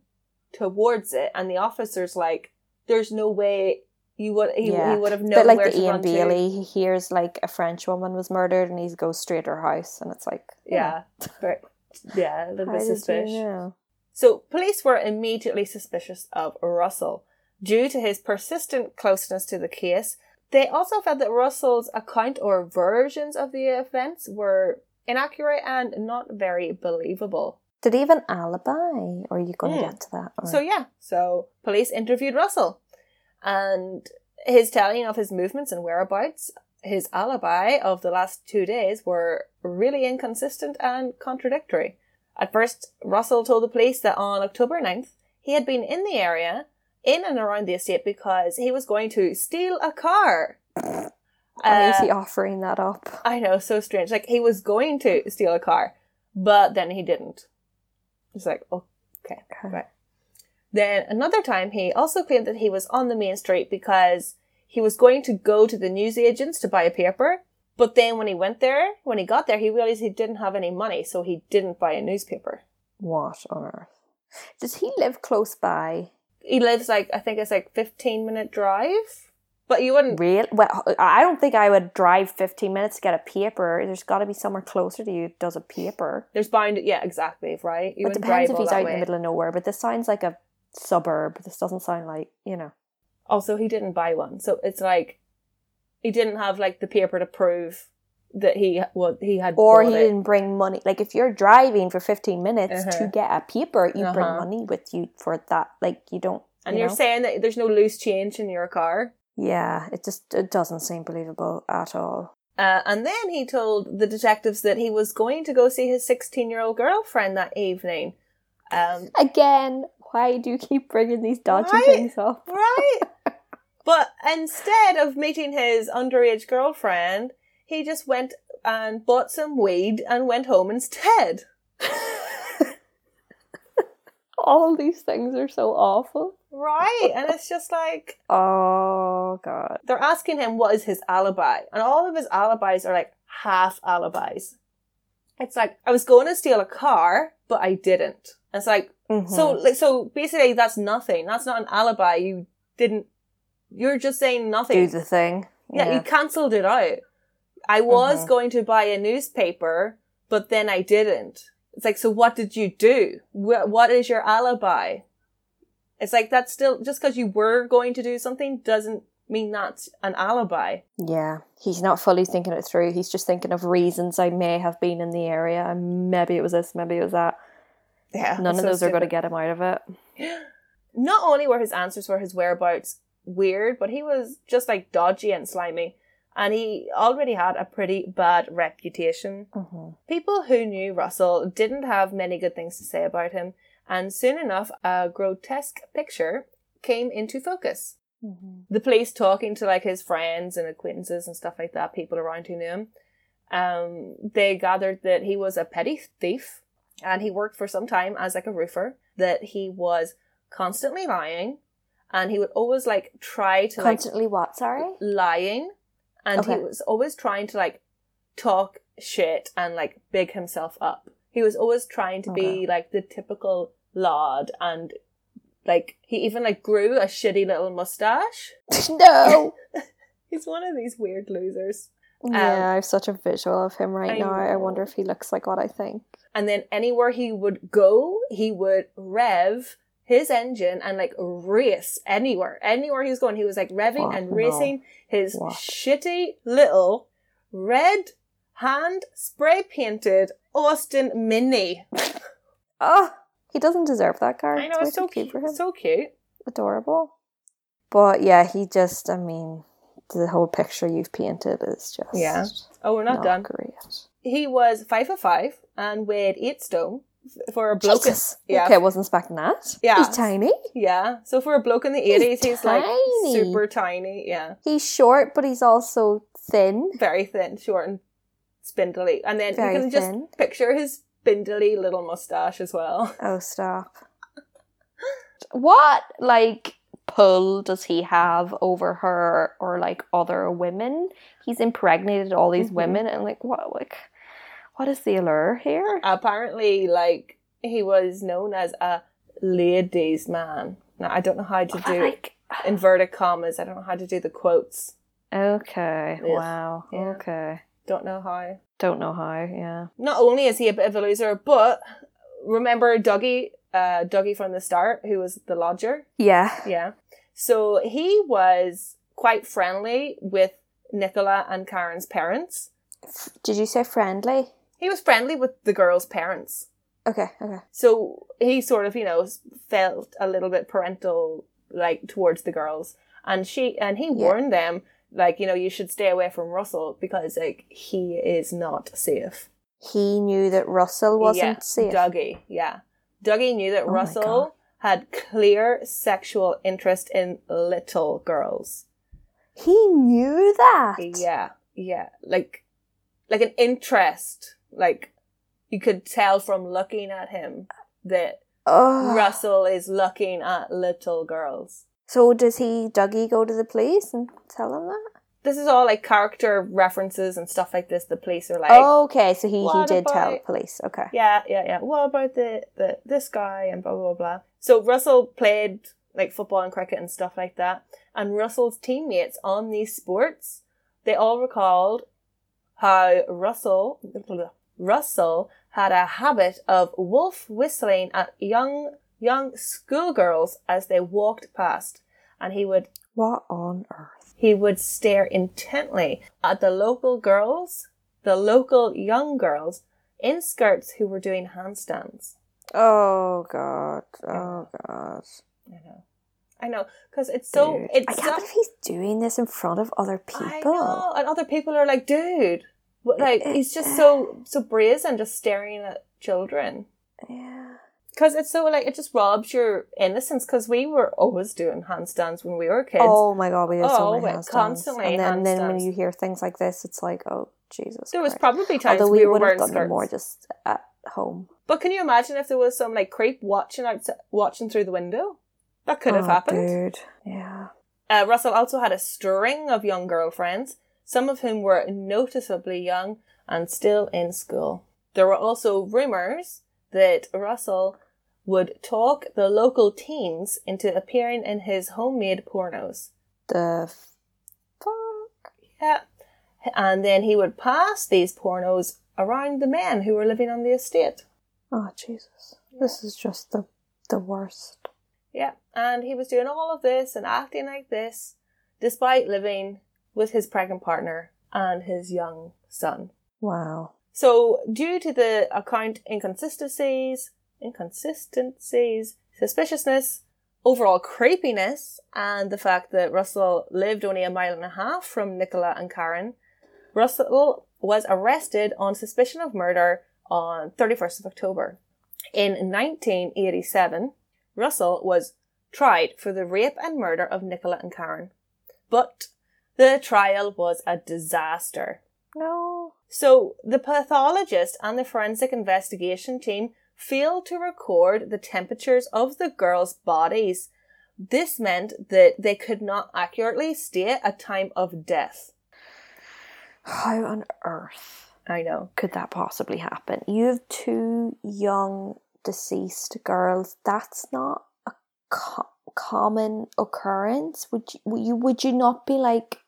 [SPEAKER 1] towards it. And the officer's like, there's no way you would, he,
[SPEAKER 2] Yeah.
[SPEAKER 1] he would have
[SPEAKER 2] But
[SPEAKER 1] known
[SPEAKER 2] like
[SPEAKER 1] where
[SPEAKER 2] the E
[SPEAKER 1] to
[SPEAKER 2] Ian
[SPEAKER 1] run
[SPEAKER 2] Bailey, he hears like a French woman was murdered, and he goes straight to her house, and it's like,
[SPEAKER 1] to. Yeah. Very- yeah. A little
[SPEAKER 2] How
[SPEAKER 1] bit
[SPEAKER 2] did you
[SPEAKER 1] suspicious.
[SPEAKER 2] know?
[SPEAKER 1] So police were immediately suspicious of Russell. Due to his persistent closeness to the case, they also felt that Russell's account or versions of the events were inaccurate and not very believable.
[SPEAKER 2] Did he have an alibi? Or are you going
[SPEAKER 1] Mm.
[SPEAKER 2] to get to that? Or...
[SPEAKER 1] So yeah, so police interviewed Russell, and his telling of his movements and whereabouts, his alibi of the last two days were really inconsistent and contradictory. At first, Russell told the police that on October 9th, he had been in the area, in and around the estate, because he was going to steal a car.
[SPEAKER 2] Why is
[SPEAKER 1] Uh,
[SPEAKER 2] he offering that up?
[SPEAKER 1] I know, so strange. Like he was going to steal a car, but then he didn't. It's like, oh, okay, right. Then another time, he also claimed that he was on the main street because he was going to go to the newsagents to buy a paper. But then when he went there, when he got there, he realized he didn't have any money, so he didn't buy a newspaper.
[SPEAKER 2] What on earth? Does he live close by?
[SPEAKER 1] He lives like I think it's like fifteen minute drive, but you wouldn't.
[SPEAKER 2] Real? Well, I don't think I would drive 15 minutes to get a paper. There's got to be somewhere closer to you that does a paper.
[SPEAKER 1] There's bound, yeah, exactly, right. You
[SPEAKER 2] It
[SPEAKER 1] wouldn't
[SPEAKER 2] depends if
[SPEAKER 1] drive all
[SPEAKER 2] he's
[SPEAKER 1] that
[SPEAKER 2] out
[SPEAKER 1] way.
[SPEAKER 2] in the middle of nowhere, but this sounds like a suburb. This doesn't sound like, you know.
[SPEAKER 1] also he didn't buy one so it's like he didn't have like the paper to prove that he well, he had
[SPEAKER 2] Or he
[SPEAKER 1] bought it.
[SPEAKER 2] didn't bring money. Like, if you're driving for 15 minutes
[SPEAKER 1] Uh-huh.
[SPEAKER 2] to get a paper, you bring
[SPEAKER 1] Uh-huh.
[SPEAKER 2] money with you for that. Like, you don't.
[SPEAKER 1] and
[SPEAKER 2] you
[SPEAKER 1] you're
[SPEAKER 2] know?
[SPEAKER 1] saying that there's no loose change in your car
[SPEAKER 2] Yeah, it just it doesn't seem believable at all.
[SPEAKER 1] uh, and then he told the detectives that he was going to go see his 16 year old girlfriend that evening um
[SPEAKER 2] Again, why do you keep bringing these dodgy
[SPEAKER 1] Right?
[SPEAKER 2] things up?
[SPEAKER 1] right but instead of meeting his underage girlfriend he just went and bought some weed and went home instead
[SPEAKER 2] All these things are so awful.
[SPEAKER 1] right and it's just like
[SPEAKER 2] Oh god.
[SPEAKER 1] they're asking him what is his alibi, and all of his alibis are like half alibis. It's like I was going to steal a car, but I didn't. And It's like
[SPEAKER 2] Mm-hmm.
[SPEAKER 1] so, like so. Basically, that's nothing. That's not an alibi. You didn't. You're just saying nothing.
[SPEAKER 2] do the thing.
[SPEAKER 1] yeah. Uh-huh. you cancelled it out. I was
[SPEAKER 2] Mhm.
[SPEAKER 1] going to buy a newspaper, but then I didn't. It's like, so what did you do? Wh- what is your alibi? It's like that's still just because you were going to do something doesn't mean that's an alibi.
[SPEAKER 2] Yeah. He's not fully thinking it through. He's just thinking of reasons I may have been in the area. and Maybe it was this, maybe it was that.
[SPEAKER 1] Yeah.
[SPEAKER 2] None of those are gonna get him out of it.
[SPEAKER 1] Not only were his answers for his whereabouts weird, but he was just like dodgy and slimy. and he already had a pretty bad reputation.
[SPEAKER 2] Mm-hmm.
[SPEAKER 1] People who knew Russell didn't have many good things to say about him, and soon enough, a grotesque picture came into focus.
[SPEAKER 2] Mm-hmm.
[SPEAKER 1] The police talking to like his friends and acquaintances and stuff like that, people around who knew him. Um, they gathered that he was a petty thief, and he worked for some time as like a roofer. That he was constantly lying, and he would always like try to like
[SPEAKER 2] Constantly what? Sorry.
[SPEAKER 1] lying and he
[SPEAKER 2] Okay.
[SPEAKER 1] was always trying to like talk shit and like big himself up. He was always trying to be
[SPEAKER 2] Okay.
[SPEAKER 1] like the typical lard and like he even like grew a shitty little mustache.
[SPEAKER 2] no.
[SPEAKER 1] He's one of these weird losers.
[SPEAKER 2] yeah, I have such a visual of him right
[SPEAKER 1] I
[SPEAKER 2] now. Um, I
[SPEAKER 1] know.
[SPEAKER 2] wonder if he looks like what I think.
[SPEAKER 1] And then anywhere he would go, he would rev his engine and like race anywhere. Anywhere he was going, he was like revving
[SPEAKER 2] Fuck
[SPEAKER 1] and
[SPEAKER 2] no.
[SPEAKER 1] racing his
[SPEAKER 2] What?
[SPEAKER 1] shitty little red hand spray painted Austin Mini.
[SPEAKER 2] Oh, he doesn't deserve that car.
[SPEAKER 1] I know it's so
[SPEAKER 2] wicked
[SPEAKER 1] cute. So cute.
[SPEAKER 2] Adorable. But yeah, he just, I mean, the whole picture you've painted is just
[SPEAKER 1] Yeah. Oh, we're not, done.
[SPEAKER 2] great.
[SPEAKER 1] He was five foot five and weighed eight stone f- for a bloke.
[SPEAKER 2] Jesus.
[SPEAKER 1] Yeah.
[SPEAKER 2] Okay, I wasn't expecting that.
[SPEAKER 1] Yeah.
[SPEAKER 2] He's tiny.
[SPEAKER 1] Yeah. So for a bloke in the
[SPEAKER 2] He's
[SPEAKER 1] eighties, he's like
[SPEAKER 2] tiny.
[SPEAKER 1] super tiny. Yeah.
[SPEAKER 2] He's short, but he's also thin.
[SPEAKER 1] very thin, short, and spindly. And then
[SPEAKER 2] Very
[SPEAKER 1] you can
[SPEAKER 2] thin.
[SPEAKER 1] just picture his spindly little mustache as well.
[SPEAKER 2] Oh, stop. What, like, pull does he have over her or, like, other women? He's impregnated all these
[SPEAKER 1] Mhm.
[SPEAKER 2] women, and, like, what, like, what is the allure here?
[SPEAKER 1] Apparently, like he was known as a ladies' man. Now I don't know how to do
[SPEAKER 2] Like,
[SPEAKER 1] inverted commas. I don't know how to do the quotes.
[SPEAKER 2] okay,
[SPEAKER 1] Yeah.
[SPEAKER 2] wow,
[SPEAKER 1] Yeah.
[SPEAKER 2] okay.
[SPEAKER 1] Don't know how.
[SPEAKER 2] Don't know how, yeah.
[SPEAKER 1] Not only is he a bit of a loser, but remember Dougie, uh, Dougie from the start, who was the lodger.
[SPEAKER 2] Yeah.
[SPEAKER 1] Yeah. So he was quite friendly with Nicola and Karen's parents.
[SPEAKER 2] Did you say friendly?
[SPEAKER 1] he was friendly with the girl's parents.
[SPEAKER 2] Okay, okay.
[SPEAKER 1] So he sort of, you know, felt a little bit parental like towards the girls. And she and he warned them like, you know, you should stay away from Russell because like he is not safe.
[SPEAKER 2] He knew that Russell wasn't
[SPEAKER 1] yeah,
[SPEAKER 2] safe.
[SPEAKER 1] Dougie, yeah. Dougie knew that
[SPEAKER 2] Oh my God.
[SPEAKER 1] Russell had clear sexual interest in little girls.
[SPEAKER 2] He knew that.
[SPEAKER 1] Yeah, yeah. Like like an interest. Like you could tell from looking at him that
[SPEAKER 2] Oh.
[SPEAKER 1] Russell is looking at little girls.
[SPEAKER 2] So does he, Dougie, go to the police and tell him that?
[SPEAKER 1] This is all like character references and stuff like this. The police are like,
[SPEAKER 2] okay, so he, he
[SPEAKER 1] What
[SPEAKER 2] did tell
[SPEAKER 1] about-
[SPEAKER 2] police. Okay.
[SPEAKER 1] yeah, yeah, yeah. What about the, the this guy and blah blah blah. So Russell played like football and cricket and stuff like that. And Russell's teammates on these sports, they all recalled how Russell Russell had a habit of wolf whistling at young young schoolgirls as they walked past, and he would
[SPEAKER 2] What on earth?
[SPEAKER 1] he would stare intently at the local girls, the local young girls in skirts who were doing handstands.
[SPEAKER 2] Oh God. Oh God.
[SPEAKER 1] I know, I know, because it's so
[SPEAKER 2] Dude.
[SPEAKER 1] it's
[SPEAKER 2] I can't
[SPEAKER 1] so,
[SPEAKER 2] believe he's doing this in front of other
[SPEAKER 1] I
[SPEAKER 2] people.
[SPEAKER 1] know, and other people are like, dude, what, like
[SPEAKER 2] it-
[SPEAKER 1] he's just so so brazen, just staring at children.
[SPEAKER 2] Yeah.
[SPEAKER 1] Because it's so like it just robs your innocence. Because we were always doing handstands when we were kids.
[SPEAKER 2] Oh my God, we did so
[SPEAKER 1] Oh,
[SPEAKER 2] many
[SPEAKER 1] we're
[SPEAKER 2] handstands.
[SPEAKER 1] constantly
[SPEAKER 2] and then, then when
[SPEAKER 1] handstands.
[SPEAKER 2] you hear things like this, it's like, oh Jesus.
[SPEAKER 1] there was
[SPEAKER 2] Christ.
[SPEAKER 1] probably times
[SPEAKER 2] Although
[SPEAKER 1] we,
[SPEAKER 2] we,
[SPEAKER 1] were
[SPEAKER 2] would have
[SPEAKER 1] wearing
[SPEAKER 2] done them
[SPEAKER 1] skirts.
[SPEAKER 2] more just at home.
[SPEAKER 1] But can you imagine if there was some like creep watching out, watching through the window? That could have
[SPEAKER 2] Oh,
[SPEAKER 1] happened.
[SPEAKER 2] Dude. Yeah.
[SPEAKER 1] Uh, Russell also had a string of young girlfriends, some of whom were noticeably young and still in school. There were also rumors that Russell would talk the local teens into appearing in his homemade pornos.
[SPEAKER 2] The fuck.
[SPEAKER 1] Yeah. And then he would pass these pornos around the men who were living on the estate.
[SPEAKER 2] Oh Jesus. This is just the the worst.
[SPEAKER 1] Yeah, and he was doing all of this and acting like this despite living with his pregnant partner and his young son.
[SPEAKER 2] Wow.
[SPEAKER 1] So, due to the account inconsistencies, inconsistencies, suspiciousness, overall creepiness and the fact that Russell lived only a mile and a half from Nicola and Karen, Russell was arrested on suspicion of murder on 31st of October. In 1987, Russell was tried for the rape and murder of Nicola and Karen. But the trial was a disaster.
[SPEAKER 2] No.
[SPEAKER 1] So the pathologist and the forensic investigation team failed to record the temperatures of the girls' bodies. This meant that they could not accurately state a time of death.
[SPEAKER 2] How on earth
[SPEAKER 1] I know.
[SPEAKER 2] could that possibly happen? You have two young deceased girls. That's not a co- common occurrence. Would you, would you would you not be like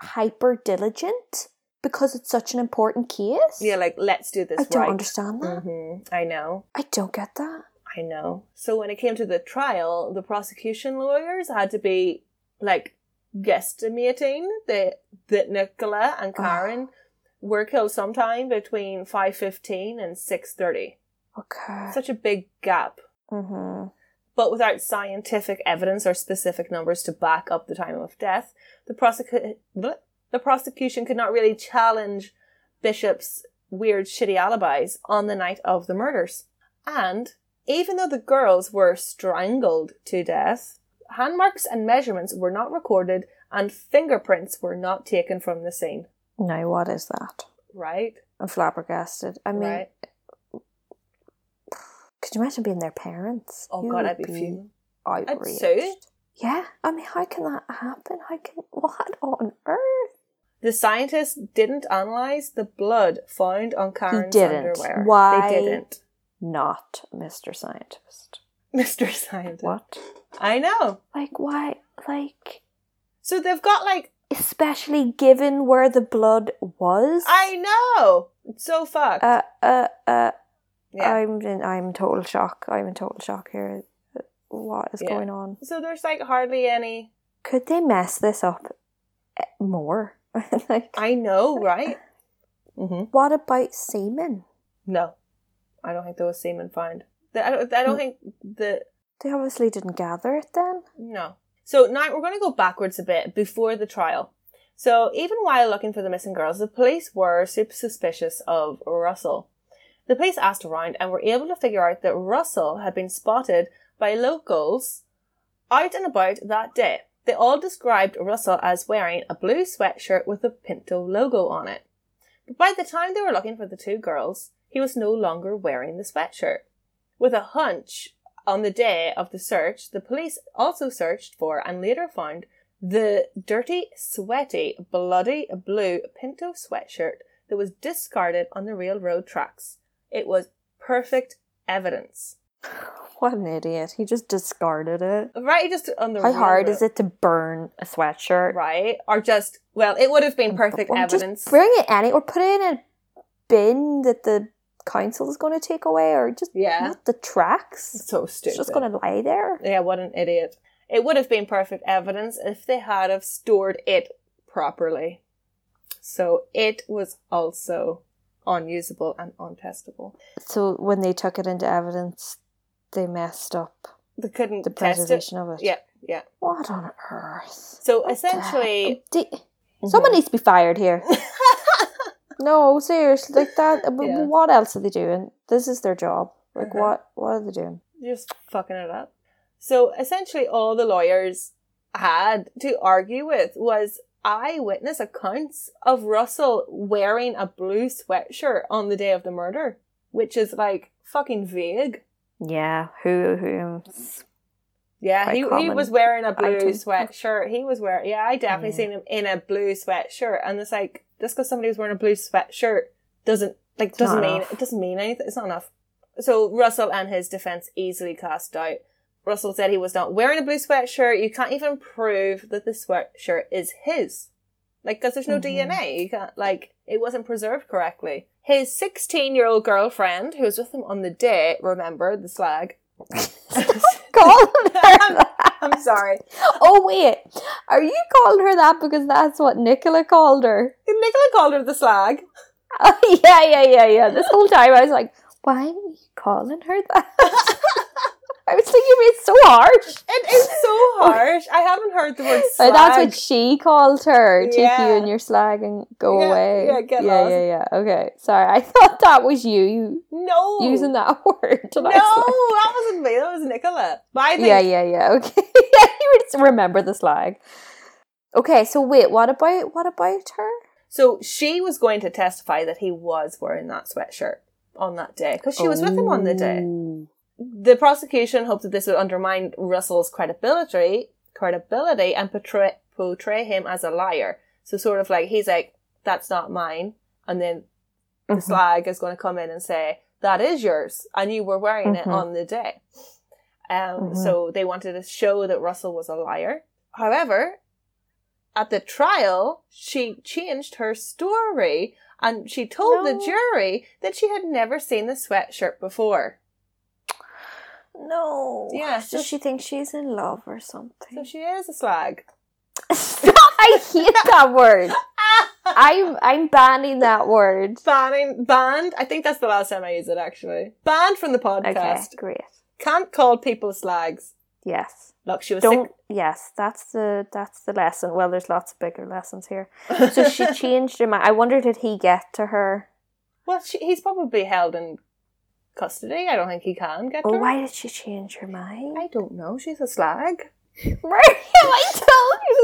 [SPEAKER 2] hyper diligent because it's such an important case?
[SPEAKER 1] Yeah, like let's do this
[SPEAKER 2] I don't
[SPEAKER 1] right.
[SPEAKER 2] understand that.
[SPEAKER 1] Mhm, I know.
[SPEAKER 2] I don't get that.
[SPEAKER 1] I know. So when it came to the trial, the prosecution lawyers had to be like guesstimating that that Nicola and
[SPEAKER 2] Oh.
[SPEAKER 1] Karen were killed sometime between five fifteen and six thirty.
[SPEAKER 2] Okay.
[SPEAKER 1] Such a big gap,
[SPEAKER 2] mm-hmm.
[SPEAKER 1] but without scientific evidence or specific numbers to back up the time of death, the prosecu- bleh, the prosecution could not really challenge Bishop's weird shitty alibis on the night of the murders. And even though the girls were strangled to death, hand marks and measurements were not recorded and fingerprints were not taken from the scene,
[SPEAKER 2] Now what is that?
[SPEAKER 1] right?
[SPEAKER 2] I'm flabbergasted. I mean,
[SPEAKER 1] right.
[SPEAKER 2] could you imagine being their parents?
[SPEAKER 1] Oh
[SPEAKER 2] You
[SPEAKER 1] god,
[SPEAKER 2] would
[SPEAKER 1] I'd be fuming.
[SPEAKER 2] outraged.
[SPEAKER 1] sue.
[SPEAKER 2] Yeah, I mean, how can that happen? How can what on earth?
[SPEAKER 1] The scientists didn't analyze the blood found on Karen's
[SPEAKER 2] didn't.
[SPEAKER 1] underwear.
[SPEAKER 2] Why?
[SPEAKER 1] They didn't.
[SPEAKER 2] Not Mr. Scientist.
[SPEAKER 1] Mr. Scientist.
[SPEAKER 2] What?
[SPEAKER 1] I know.
[SPEAKER 2] Like why? Like
[SPEAKER 1] So they've got like
[SPEAKER 2] especially given where the blood was.
[SPEAKER 1] I know. It's so fucked.
[SPEAKER 2] Uh, uh, uh,
[SPEAKER 1] yeah.
[SPEAKER 2] I'm in, I'm in total shock. I'm in total shock here. What is
[SPEAKER 1] Yeah.
[SPEAKER 2] going on?
[SPEAKER 1] so there's like hardly any
[SPEAKER 2] Could they mess this up eh, more? like,
[SPEAKER 1] I know, right? Mm-hmm.
[SPEAKER 2] what about semen?
[SPEAKER 1] No. I don't think there was semen found. The- I don't I don't
[SPEAKER 2] Mm.
[SPEAKER 1] think the
[SPEAKER 2] They obviously didn't gather it then.
[SPEAKER 1] No. So now we're going to go backwards a bit before the trial. So even while looking for the missing girls, the police were super suspicious of Russell. The police asked around and were able to figure out that Russell had been spotted by locals out and about that day. They all described Russell as wearing a blue sweatshirt with a Pinto logo on it. But by the time they were looking for the two girls, he was no longer wearing the sweatshirt. With a hunch on the day of the search, the police also searched for and later found the dirty, sweaty, bloody blue pinto sweatshirt that was discarded on the railroad tracks. It was perfect evidence.
[SPEAKER 2] What an idiot! He just discarded it.
[SPEAKER 1] Right, just on the
[SPEAKER 2] How hard
[SPEAKER 1] railroad.
[SPEAKER 2] is it to burn a sweatshirt?
[SPEAKER 1] Right, or just well, it would have been perfect
[SPEAKER 2] Well, just
[SPEAKER 1] evidence.
[SPEAKER 2] bring it any, or put it in a bin that the council is going to take away, or just
[SPEAKER 1] yeah,
[SPEAKER 2] not the tracks.
[SPEAKER 1] so
[SPEAKER 2] It's
[SPEAKER 1] stupid.
[SPEAKER 2] just going to lie there.
[SPEAKER 1] Yeah, what an idiot. It would have been perfect evidence if they had have stored it properly. So it was also unusable and untestable.
[SPEAKER 2] So when they took it into evidence, they messed up
[SPEAKER 1] They couldn't
[SPEAKER 2] the
[SPEAKER 1] test it.
[SPEAKER 2] preservation of it.
[SPEAKER 1] Yeah, yeah.
[SPEAKER 2] What on earth?
[SPEAKER 1] So
[SPEAKER 2] What the
[SPEAKER 1] essentially,
[SPEAKER 2] heck? Di- someone needs to be fired here. no, seriously, like that. uh, w-
[SPEAKER 1] Yeah.
[SPEAKER 2] What else are they doing? This is their job. Like
[SPEAKER 1] Uh-huh.
[SPEAKER 2] what? What are they doing?
[SPEAKER 1] just fucking it up. So essentially, all the lawyers had to argue with was eyewitness accounts of Russell wearing a blue sweatshirt on the day of the murder, which is like fucking vague.
[SPEAKER 2] Yeah, who who
[SPEAKER 1] Yeah,
[SPEAKER 2] quite
[SPEAKER 1] he, he
[SPEAKER 2] common
[SPEAKER 1] was wearing a blue
[SPEAKER 2] item.
[SPEAKER 1] sweatshirt. He was wearing, yeah, I definitely
[SPEAKER 2] Yeah.
[SPEAKER 1] seen him in a blue sweatshirt. And it's like, just because somebody was wearing a blue sweatshirt doesn't, like,
[SPEAKER 2] It's
[SPEAKER 1] doesn't
[SPEAKER 2] not
[SPEAKER 1] mean,
[SPEAKER 2] enough.
[SPEAKER 1] it doesn't mean anything. It's not enough. So Russell and his defense easily cast doubt. Russell said he was not wearing a blue sweatshirt. You can't even prove that the sweatshirt is his. Like, because there's no
[SPEAKER 2] Mhm.
[SPEAKER 1] DNA. You can't, like, it wasn't preserved correctly. His 16 year old girlfriend, who was with him on the day, remember the slag.
[SPEAKER 2] calling her that?
[SPEAKER 1] I'm sorry.
[SPEAKER 2] Oh wait, are you calling her that because that's what Nicola called her?
[SPEAKER 1] Nicola called her the slag.
[SPEAKER 2] Oh, yeah, yeah, yeah, yeah. This whole time I was like, why are you calling her that? I was thinking it's so harsh.
[SPEAKER 1] It heard the word
[SPEAKER 2] Oh,
[SPEAKER 1] slag.
[SPEAKER 2] that's what she called her. Take you
[SPEAKER 1] Yeah.
[SPEAKER 2] and your slag and go
[SPEAKER 1] Yeah,
[SPEAKER 2] away.
[SPEAKER 1] yeah, get
[SPEAKER 2] yeah,
[SPEAKER 1] lost.
[SPEAKER 2] yeah, yeah. Okay, sorry. I thought that was you
[SPEAKER 1] no.
[SPEAKER 2] using that word. And
[SPEAKER 1] Oh. No,
[SPEAKER 2] I was like,
[SPEAKER 1] that wasn't me. That was Nicola. But I think
[SPEAKER 2] yeah, yeah, yeah. Okay, yeah, you would just remember the slag. Okay, so wait, what about what about her?
[SPEAKER 1] so. She was going to testify that he was wearing that sweatshirt on that day because she was with him on the day.
[SPEAKER 2] Ooh.
[SPEAKER 1] The prosecution hoped that this would undermine Russell's credibility, credibility, and portray portray him as a liar. So sort of like he's like, "That's not mine," and then the
[SPEAKER 2] Mhm.
[SPEAKER 1] slag is going to come in and say that is yours and you were wearing it
[SPEAKER 2] Mhm.
[SPEAKER 1] on the day um,
[SPEAKER 2] Mhm.
[SPEAKER 1] so they wanted to show that russell was a liar however at the trial she changed her story and she told
[SPEAKER 2] No.
[SPEAKER 1] the jury that she had never seen the sweatshirt before
[SPEAKER 2] No.
[SPEAKER 1] Yeah,
[SPEAKER 2] So
[SPEAKER 1] just-
[SPEAKER 2] she thinks she's in love or
[SPEAKER 1] so
[SPEAKER 2] something.
[SPEAKER 1] she is a slag
[SPEAKER 2] I hate that word.
[SPEAKER 1] ah!
[SPEAKER 2] I'm I'm banning that word.
[SPEAKER 1] Banning, banned. I think that's the last time I use it. Actually, banned from the
[SPEAKER 2] Okay,
[SPEAKER 1] podcast.
[SPEAKER 2] great.
[SPEAKER 1] Can't call people slags.
[SPEAKER 2] Yes.
[SPEAKER 1] Look, she was
[SPEAKER 2] Don't yes, that's the that's the lesson. Well, there's lots of bigger lessons here.
[SPEAKER 1] sick.
[SPEAKER 2] So she changed her mind. I wonder did he get to her?
[SPEAKER 1] Well, she, he's probably held in custody. I don't think he can get
[SPEAKER 2] Well,
[SPEAKER 1] her.
[SPEAKER 2] Oh, why did she change her mind?
[SPEAKER 1] I don't know. She's a slag.
[SPEAKER 2] Right, I told you.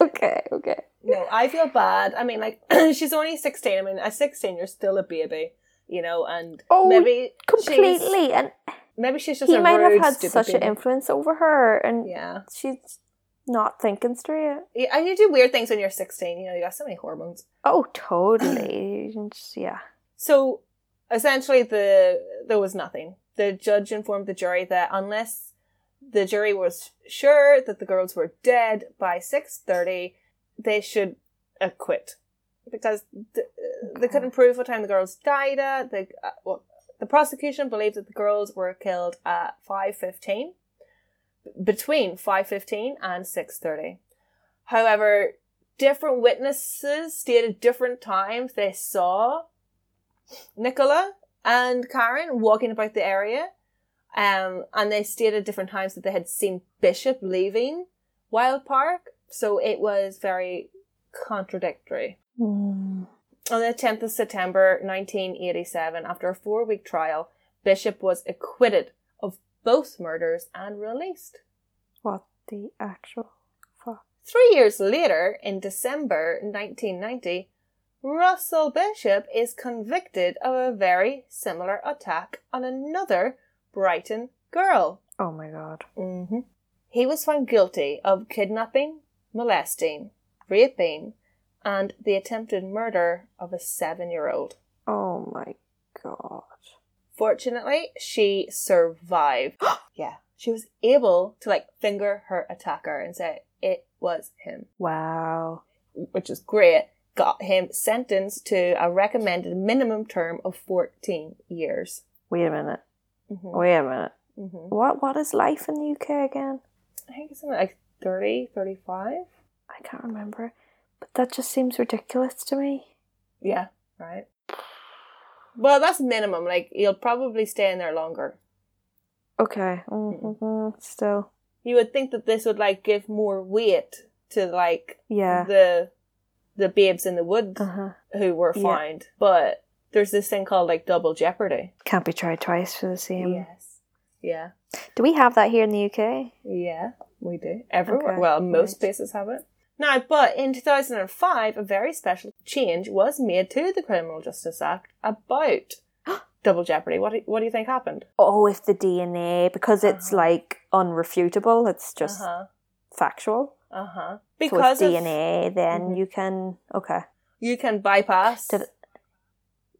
[SPEAKER 2] Okay, okay.
[SPEAKER 1] no, I feel bad. I mean, like she's only sixteen. I mean, at sixteen, you're still a baby, you know. And
[SPEAKER 2] Oh,
[SPEAKER 1] maybe She's,
[SPEAKER 2] Completely, and
[SPEAKER 1] maybe she's just
[SPEAKER 2] he
[SPEAKER 1] a
[SPEAKER 2] might
[SPEAKER 1] rude,
[SPEAKER 2] have had
[SPEAKER 1] stupid
[SPEAKER 2] such an
[SPEAKER 1] baby.
[SPEAKER 2] influence over her, and
[SPEAKER 1] yeah.
[SPEAKER 2] she's not thinking straight.
[SPEAKER 1] yeah, and you do weird things when you're sixteen. You know, you got so many hormones.
[SPEAKER 2] Oh, totally. You can just- yeah.
[SPEAKER 1] So essentially, the there was nothing. The judge informed the jury that unless the jury was sure that the girls were dead by six thirty, they should acquit because th- they
[SPEAKER 2] Okay.
[SPEAKER 1] couldn't prove what time the girls died at. The uh, well, the prosecution believed that the girls were killed at five fifteen, between five fifteen and six thirty. However, different witnesses stated different times they saw Nicola and Karen walking about the area. Um, and they stated different times that they had seen Bishop leaving Wild Park. So it was very contradictory.
[SPEAKER 2] Mm.
[SPEAKER 1] On the 10th of September 1987, after a four week trial, Bishop was acquitted of both murders and released.
[SPEAKER 2] What the actual fuck?
[SPEAKER 1] Three years later, in December 1990, Russell Bishop is convicted of a very similar attack on another Brighton girl.
[SPEAKER 2] Oh my god.
[SPEAKER 1] Mm-hmm. He was found guilty of kidnapping, molesting, raping, and the attempted murder of a seven year old.
[SPEAKER 2] Oh my god.
[SPEAKER 1] Fortunately, she survived. yeah, she was able to like finger her attacker and say it was him.
[SPEAKER 2] Wow.
[SPEAKER 1] which is great, got him sentenced to a recommended minimum term of 14 years.
[SPEAKER 2] Wait a minute.
[SPEAKER 1] hmm
[SPEAKER 2] Wait a minute.
[SPEAKER 1] hmm
[SPEAKER 2] What what is life in the UK again?
[SPEAKER 1] I think it's something like 30, 35?
[SPEAKER 2] I can't remember. But that just seems ridiculous to me.
[SPEAKER 1] Yeah, right. Well, that's minimum. Like, you'll probably stay in there longer.
[SPEAKER 2] Okay. Mm-hmm. Still.
[SPEAKER 1] You would think that this would, like, give more weight to, like,
[SPEAKER 2] Yeah.
[SPEAKER 1] the the babes in the woods
[SPEAKER 2] Uh-huh.
[SPEAKER 1] who were
[SPEAKER 2] Yeah.
[SPEAKER 1] found. But there's this thing called, like, double jeopardy.
[SPEAKER 2] Can't be tried twice for the same.
[SPEAKER 1] Yes. Yeah.
[SPEAKER 2] Do we have that here in the UK?
[SPEAKER 1] Yeah, we do. Everywhere.
[SPEAKER 2] Okay,
[SPEAKER 1] well, most
[SPEAKER 2] right.
[SPEAKER 1] places have it. Now, but in 2005, a very special change was made to the Criminal Justice Act about double jeopardy. What do, what do you think happened?
[SPEAKER 2] Oh, if the DNA because it's
[SPEAKER 1] Uh-huh.
[SPEAKER 2] like unrefutable, it's just
[SPEAKER 1] uh-huh.
[SPEAKER 2] factual. So
[SPEAKER 1] Uh-huh.
[SPEAKER 2] with
[SPEAKER 1] Because of-
[SPEAKER 2] DNA, then
[SPEAKER 1] Mhm.
[SPEAKER 2] you can okay.
[SPEAKER 1] you can bypass.
[SPEAKER 2] Did it-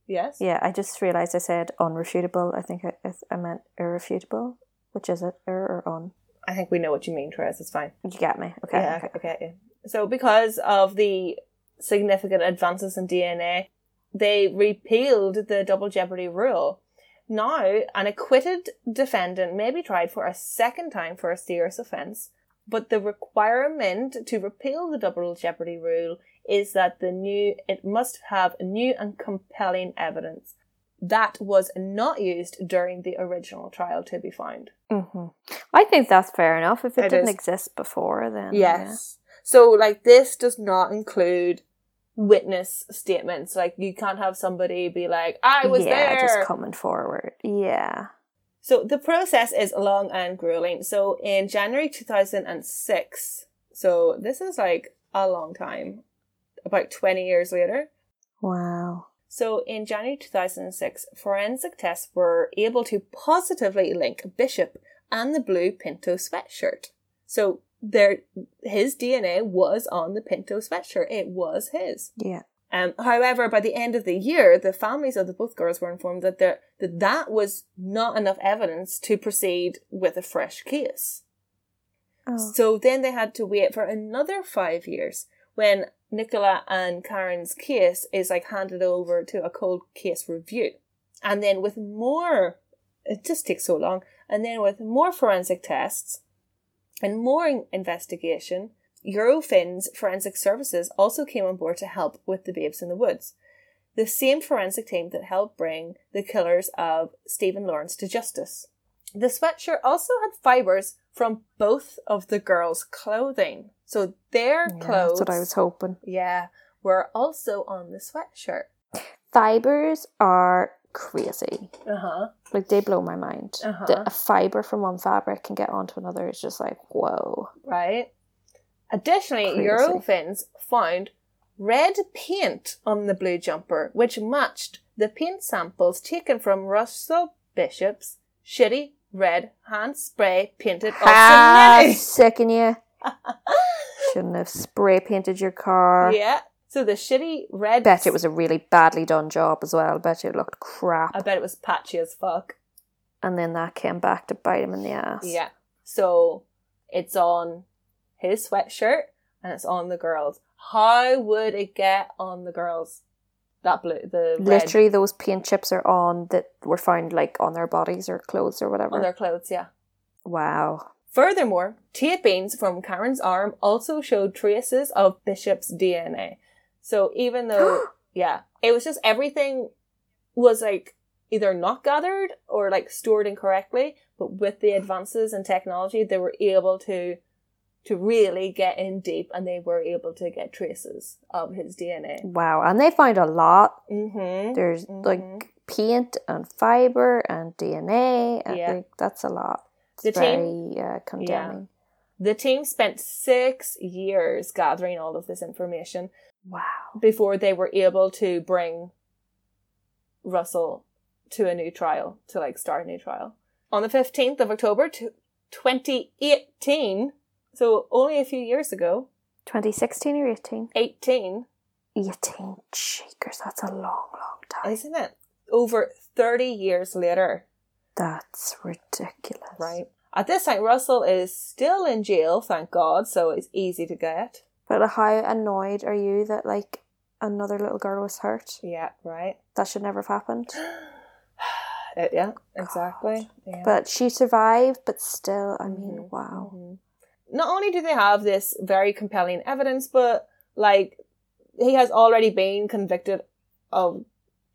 [SPEAKER 1] yes.
[SPEAKER 2] Yeah, I just realized I said unrefutable. I think I, I, I meant irrefutable, which is it, ir or on?
[SPEAKER 1] I think we know what you mean, Therese. It's fine.
[SPEAKER 2] You get me? Okay.
[SPEAKER 1] yeah,
[SPEAKER 2] okay.
[SPEAKER 1] okay. yeah. So, because of the significant advances in DNA, they repealed the double jeopardy rule. Now, an acquitted defendant may be tried for a second time for a serious offence, but the requirement to repeal the double jeopardy rule is that the new it must have new and compelling evidence. that was not used during the original trial to be found.
[SPEAKER 2] hmm I think that's fair enough. If it,
[SPEAKER 1] It
[SPEAKER 2] didn't
[SPEAKER 1] is.
[SPEAKER 2] exist before, then
[SPEAKER 1] Yes. So, like, this does not include witness statements. Like, you can't have somebody be like, I
[SPEAKER 2] yeah.
[SPEAKER 1] was
[SPEAKER 2] yeah,
[SPEAKER 1] there.
[SPEAKER 2] just coming forward. Yeah.
[SPEAKER 1] So the process is long and grueling. So in January 2006, so this is like a long time, about 20 years later.
[SPEAKER 2] Wow.
[SPEAKER 1] So in January 2006, forensic tests were able to positively link Bishop and the blue Pinto sweatshirt. So there, his DNA was on the Pinto sweatshirt. It was his.
[SPEAKER 2] Yeah.
[SPEAKER 1] Um, however, by the end of the year, the families of the both girls were informed that there, that that was not enough evidence to proceed with a fresh case.
[SPEAKER 2] Oh.
[SPEAKER 1] So then they had to wait for another five years when Nicola and Karen's case is like handed over to a cold case review. And then with more, it just takes so long. And then with more forensic tests and more in- investigation, Eurofins Forensic Services also came on board to help with the Babes in the Woods. The same forensic team that helped bring the killers of Stephen Lawrence to justice. The sweatshirt also had fibers from both of the girls' clothing. So their
[SPEAKER 2] Yeah,
[SPEAKER 1] clothes
[SPEAKER 2] That's what I was hoping.
[SPEAKER 1] yeah, were also on the sweatshirt.
[SPEAKER 2] Fibers are crazy.
[SPEAKER 1] Uh-huh.
[SPEAKER 2] Like they blow my mind.
[SPEAKER 1] Uh-huh.
[SPEAKER 2] That a fiber from one fabric can get onto another is just like
[SPEAKER 1] Oh,
[SPEAKER 2] whoa.
[SPEAKER 1] Right? Additionally,
[SPEAKER 2] Crazy.
[SPEAKER 1] Eurofins found red paint on the blue jumper, which matched the paint samples taken from Russell Bishop's shitty red hand spray painted
[SPEAKER 2] Ah,
[SPEAKER 1] Austin
[SPEAKER 2] sicking you. Shouldn't have spray painted your car.
[SPEAKER 1] Lily. Yeah. So the shitty red
[SPEAKER 2] Bet it was a really badly done job as well. Bet it looked crap.
[SPEAKER 1] I bet it was patchy as fuck.
[SPEAKER 2] and then that came back to bite him in the ass.
[SPEAKER 1] Yeah. So it's on his sweatshirt and it's on the girls. How would it get on the girls? That blue, the red
[SPEAKER 2] Literally, those paint chips are on that were found like on their bodies or clothes or whatever.
[SPEAKER 1] on their clothes. Yeah.
[SPEAKER 2] wow.
[SPEAKER 1] Furthermore, tapings from Karen's arm also showed traces of Bishop's DNA. So even though, yeah, it was just everything was like either not gathered or like stored incorrectly. But with the advances in technology, they were able to to really get in deep, and they were able to get traces of his DNA.
[SPEAKER 2] Wow. And they found a lot.
[SPEAKER 1] Mm-hmm.
[SPEAKER 2] There's
[SPEAKER 1] Mhm.
[SPEAKER 2] like paint and fiber and DNA. And,
[SPEAKER 1] Yeah.
[SPEAKER 2] like, that's a lot. It's
[SPEAKER 1] The
[SPEAKER 2] very
[SPEAKER 1] team-
[SPEAKER 2] uh, condemning.
[SPEAKER 1] The team spent six years gathering all of this information,
[SPEAKER 2] Wow.
[SPEAKER 1] before they were able to bring Russell to a new trial, to like start a new trial. On the 15th of October to 2018, so only a few years ago,
[SPEAKER 2] 2016 or 18?
[SPEAKER 1] 18,
[SPEAKER 2] 18. Shakers. That's a long, long time.
[SPEAKER 1] isn't it? Over 30 years later,
[SPEAKER 2] That's ridiculous.
[SPEAKER 1] right? At this time, Russell is still in jail, thank God, so it's easy to get.
[SPEAKER 2] But how annoyed are you that like another little girl was hurt?
[SPEAKER 1] Yeah, right?
[SPEAKER 2] That should never have happened.
[SPEAKER 1] Uh, yeah, exactly. Yeah.
[SPEAKER 2] But she survived, but still, I mean,
[SPEAKER 1] Mhm,
[SPEAKER 2] wow.
[SPEAKER 1] Mhm. Not only do they have this very compelling evidence, but like he has already been convicted of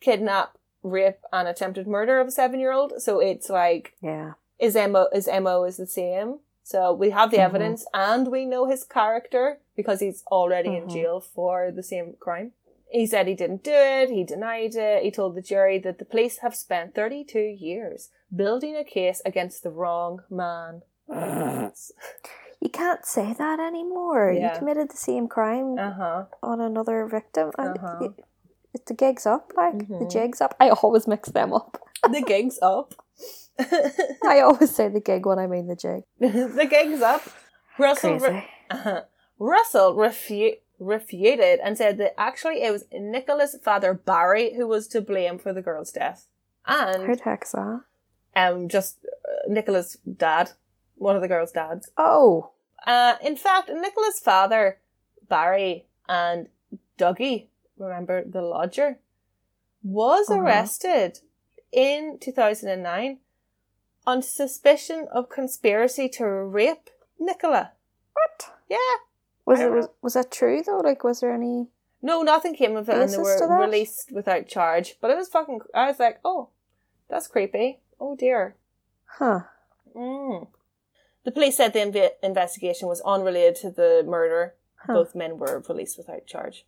[SPEAKER 1] kidnap, rape, and attempted murder of a seven-year-old. So it's like
[SPEAKER 2] Yeah.
[SPEAKER 1] his mo his mo is the same. So we have the
[SPEAKER 2] Mhm.
[SPEAKER 1] evidence and we know his character because he's already in
[SPEAKER 2] Mhm.
[SPEAKER 1] jail for the same crime. He said he didn't do it. He denied it. He told the jury that the police have spent 32 years building a case against the wrong man. Uh-huh.
[SPEAKER 2] You can't say that anymore.
[SPEAKER 1] Yeah.
[SPEAKER 2] You committed the same crime
[SPEAKER 1] Uh huh.
[SPEAKER 2] on another victim. and
[SPEAKER 1] Uh-huh.
[SPEAKER 2] it- it- the gig's up, like the
[SPEAKER 1] Mhm.
[SPEAKER 2] jig's up. I always mix them up.
[SPEAKER 1] The gig's up. the
[SPEAKER 2] I always say the gig when I mean the jig.
[SPEAKER 1] gig's up. Russell
[SPEAKER 2] Crazy.
[SPEAKER 1] re- Uh-huh. Russell refu- refuted and said that actually it was Nicola's father Barry who was to blame for the girl's death,
[SPEAKER 2] Who
[SPEAKER 1] and
[SPEAKER 2] the heck's that?
[SPEAKER 1] um just uh, Nicola's dad, one of the girl's dads.
[SPEAKER 2] Oh,
[SPEAKER 1] Uh, in fact, Nicola's father, Barry, and Dougie, remember the lodger, was
[SPEAKER 2] Uh-huh.
[SPEAKER 1] arrested in 2009 on suspicion of conspiracy to rape Nicola.
[SPEAKER 2] what?
[SPEAKER 1] Yeah.
[SPEAKER 2] Was
[SPEAKER 1] I
[SPEAKER 2] it
[SPEAKER 1] don't
[SPEAKER 2] was, was that true though? Like, was there any?
[SPEAKER 1] No, nothing came of it, and they
[SPEAKER 2] Basis to
[SPEAKER 1] were
[SPEAKER 2] that?
[SPEAKER 1] released without charge. But it was fucking. I was like, oh, that's creepy. Oh dear.
[SPEAKER 2] Huh.
[SPEAKER 1] Mm. The police said the inve- investigation was unrelated to the murder.
[SPEAKER 2] Huh.
[SPEAKER 1] Both men were released without charge.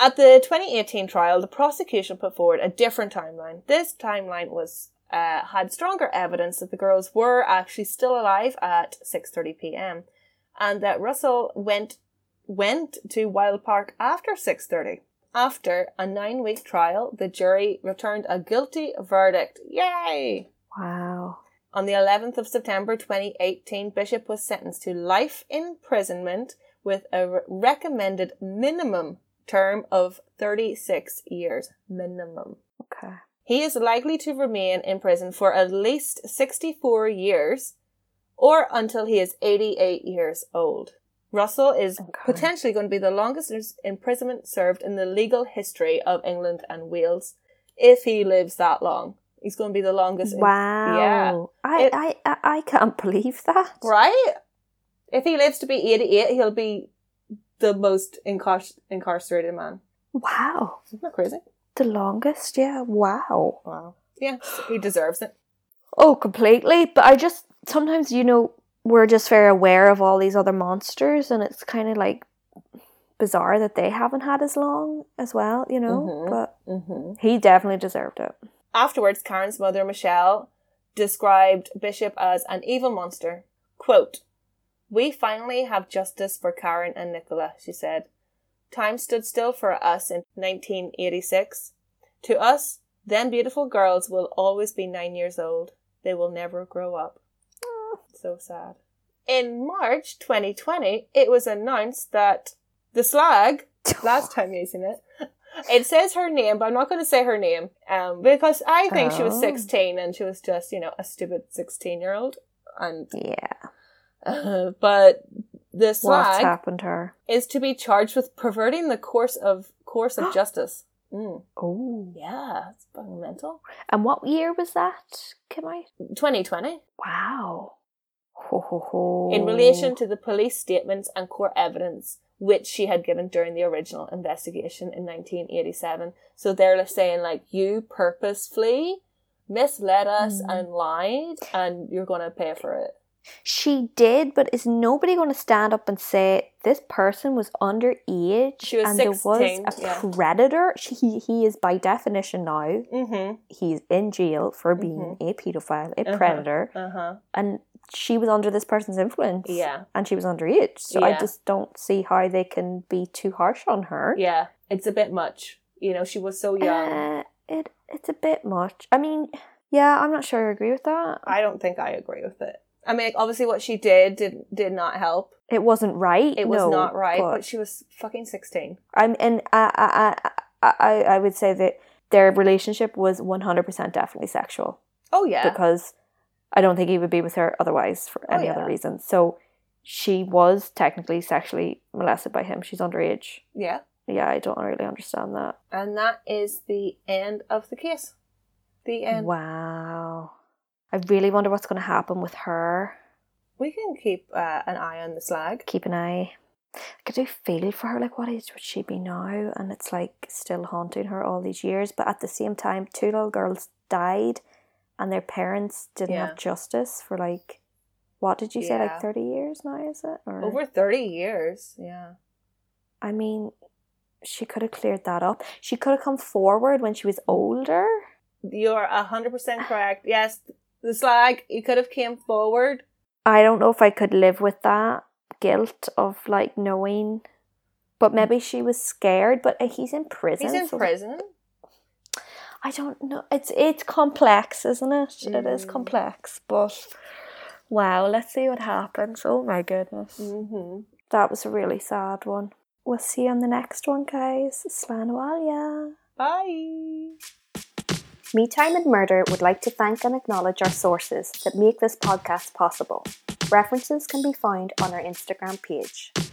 [SPEAKER 1] At the 2018 trial, the prosecution put forward a different timeline. This timeline was uh, had stronger evidence that the girls were actually still alive at 6:30 p.m. and that Russell went went to Wild Park after 6:30. After a 9-week trial, the jury returned a guilty verdict. Yay!
[SPEAKER 2] Wow.
[SPEAKER 1] On the 11th of September 2018, Bishop was sentenced to life imprisonment with a re- recommended minimum term of 36 years. Minimum.
[SPEAKER 2] Okay.
[SPEAKER 1] He is likely to remain in prison for at least 64 years or until he is 88 years old. Russell is
[SPEAKER 2] Okay.
[SPEAKER 1] potentially going to be the longest ins- imprisonment served in the legal history of England and Wales if he lives that long. He's going to be the longest in-
[SPEAKER 2] Wow.
[SPEAKER 1] Yeah.
[SPEAKER 2] I,
[SPEAKER 1] It-
[SPEAKER 2] I I I can't believe that.
[SPEAKER 1] Right? If he lives to be 88, he'll be the most incar- incarcerated man.
[SPEAKER 2] Wow.
[SPEAKER 1] Isn't that crazy?
[SPEAKER 2] The longest, yeah. Wow.
[SPEAKER 1] Wow. Yeah, he deserves it.
[SPEAKER 2] Oh, completely. But I just sometimes you know we're just very aware of all these other monsters, and it's kind of like bizarre that they haven't had as long as well. You know,
[SPEAKER 1] Mhm.
[SPEAKER 2] but
[SPEAKER 1] Mm-hmm.
[SPEAKER 2] he definitely deserved it.
[SPEAKER 1] Afterwards, Karen's mother, Michelle, described Bishop as an evil monster. Quote, We finally have justice for Karen and Nicola, she said. Time stood still for us in 1986. To us, them beautiful girls will always be nine years old. They will never grow up. So sad. In March 2020, it was announced that the slag last time using it. It says her name, but I'm not going to say her name um, because I think she was
[SPEAKER 2] Oh.
[SPEAKER 1] 16 and she was just, you know, a stupid 16 year old. And uh,
[SPEAKER 2] Yeah,
[SPEAKER 1] but the
[SPEAKER 2] what's
[SPEAKER 1] slag
[SPEAKER 2] happened to her?
[SPEAKER 1] is to be charged with perverting the course of course of justice. Mm.
[SPEAKER 2] Oh,
[SPEAKER 1] Yeah, it's fucking mental.
[SPEAKER 2] and what year was that? Came out?
[SPEAKER 1] 2020.
[SPEAKER 2] Wow. Ho ho ho.
[SPEAKER 1] in relation to the police statements and court evidence which she had given during the original investigation in 1987. So they're saying, like, you purposefully misled us
[SPEAKER 2] Mm.
[SPEAKER 1] and lied, and you're going to pay for it.
[SPEAKER 2] She did, but is nobody going to stand up and say this person was underage
[SPEAKER 1] She was
[SPEAKER 2] and there
[SPEAKER 1] 16,
[SPEAKER 2] was a
[SPEAKER 1] yeah.
[SPEAKER 2] predator? She, he, he is by definition now
[SPEAKER 1] Mm
[SPEAKER 2] he's in jail for being a pedophile, a
[SPEAKER 1] Mm-hmm. Uh-huh.
[SPEAKER 2] predator,
[SPEAKER 1] hmm. Uh huh.
[SPEAKER 2] and she was under this person's influence.
[SPEAKER 1] Yeah.
[SPEAKER 2] and she was underage, so
[SPEAKER 1] Yeah.
[SPEAKER 2] I just don't see how they can be too harsh on her.
[SPEAKER 1] Yeah. It's a bit much. You know, she was so young.
[SPEAKER 2] Uh, it it's a bit much. I mean, yeah, I'm not sure I agree with that.
[SPEAKER 1] I don't think I agree with it. I mean, obviously, what she did did, did not help.
[SPEAKER 2] it wasn't right.
[SPEAKER 1] It was
[SPEAKER 2] no,
[SPEAKER 1] not right, but she was fucking 16.
[SPEAKER 2] I'm and I I I I I would say that their relationship was one hundred percent definitely sexual
[SPEAKER 1] Oh, yeah.
[SPEAKER 2] because I don't think he would be with her otherwise for
[SPEAKER 1] Oh,
[SPEAKER 2] any
[SPEAKER 1] yeah.
[SPEAKER 2] other reason. So she was technically sexually molested by him. She's underage.
[SPEAKER 1] yeah.
[SPEAKER 2] Yeah, I don't really understand that.
[SPEAKER 1] And that is the end of the case. The end.
[SPEAKER 2] wow. I really wonder what's going to happen with her.
[SPEAKER 1] We can keep uh, an eye on the slag.
[SPEAKER 2] Keep an eye. I do feel for her. Like, what age would she be now? And it's like still haunting her all these years. But at the same time, two little girls died, and their parents didn't
[SPEAKER 1] Yeah.
[SPEAKER 2] have justice for like, what did you say?
[SPEAKER 1] Yeah.
[SPEAKER 2] Like thirty years now, is it? Or
[SPEAKER 1] Over 30 years. Yeah.
[SPEAKER 2] I mean, she could have cleared that up. She could have come forward when she was older.
[SPEAKER 1] You're 100% correct. Yes, the slag, you could have came forward.
[SPEAKER 2] I don't know if I could live with that guilt of like knowing. But maybe she was scared. But uh, he's in prison.
[SPEAKER 1] Mm. He's in
[SPEAKER 2] so
[SPEAKER 1] prison.
[SPEAKER 2] I don't know. It's it's complex, isn't it? It is
[SPEAKER 1] Mm.
[SPEAKER 2] complex, but wow, let's see what happens. Oh my goodness.
[SPEAKER 1] hmm
[SPEAKER 2] That was a really sad one. We'll see you on the next one, guys. Slanoalia.
[SPEAKER 1] Bye.
[SPEAKER 2] Me Time and Murder would like to thank and acknowledge our sources that make this podcast possible. References can be found on our Instagram page.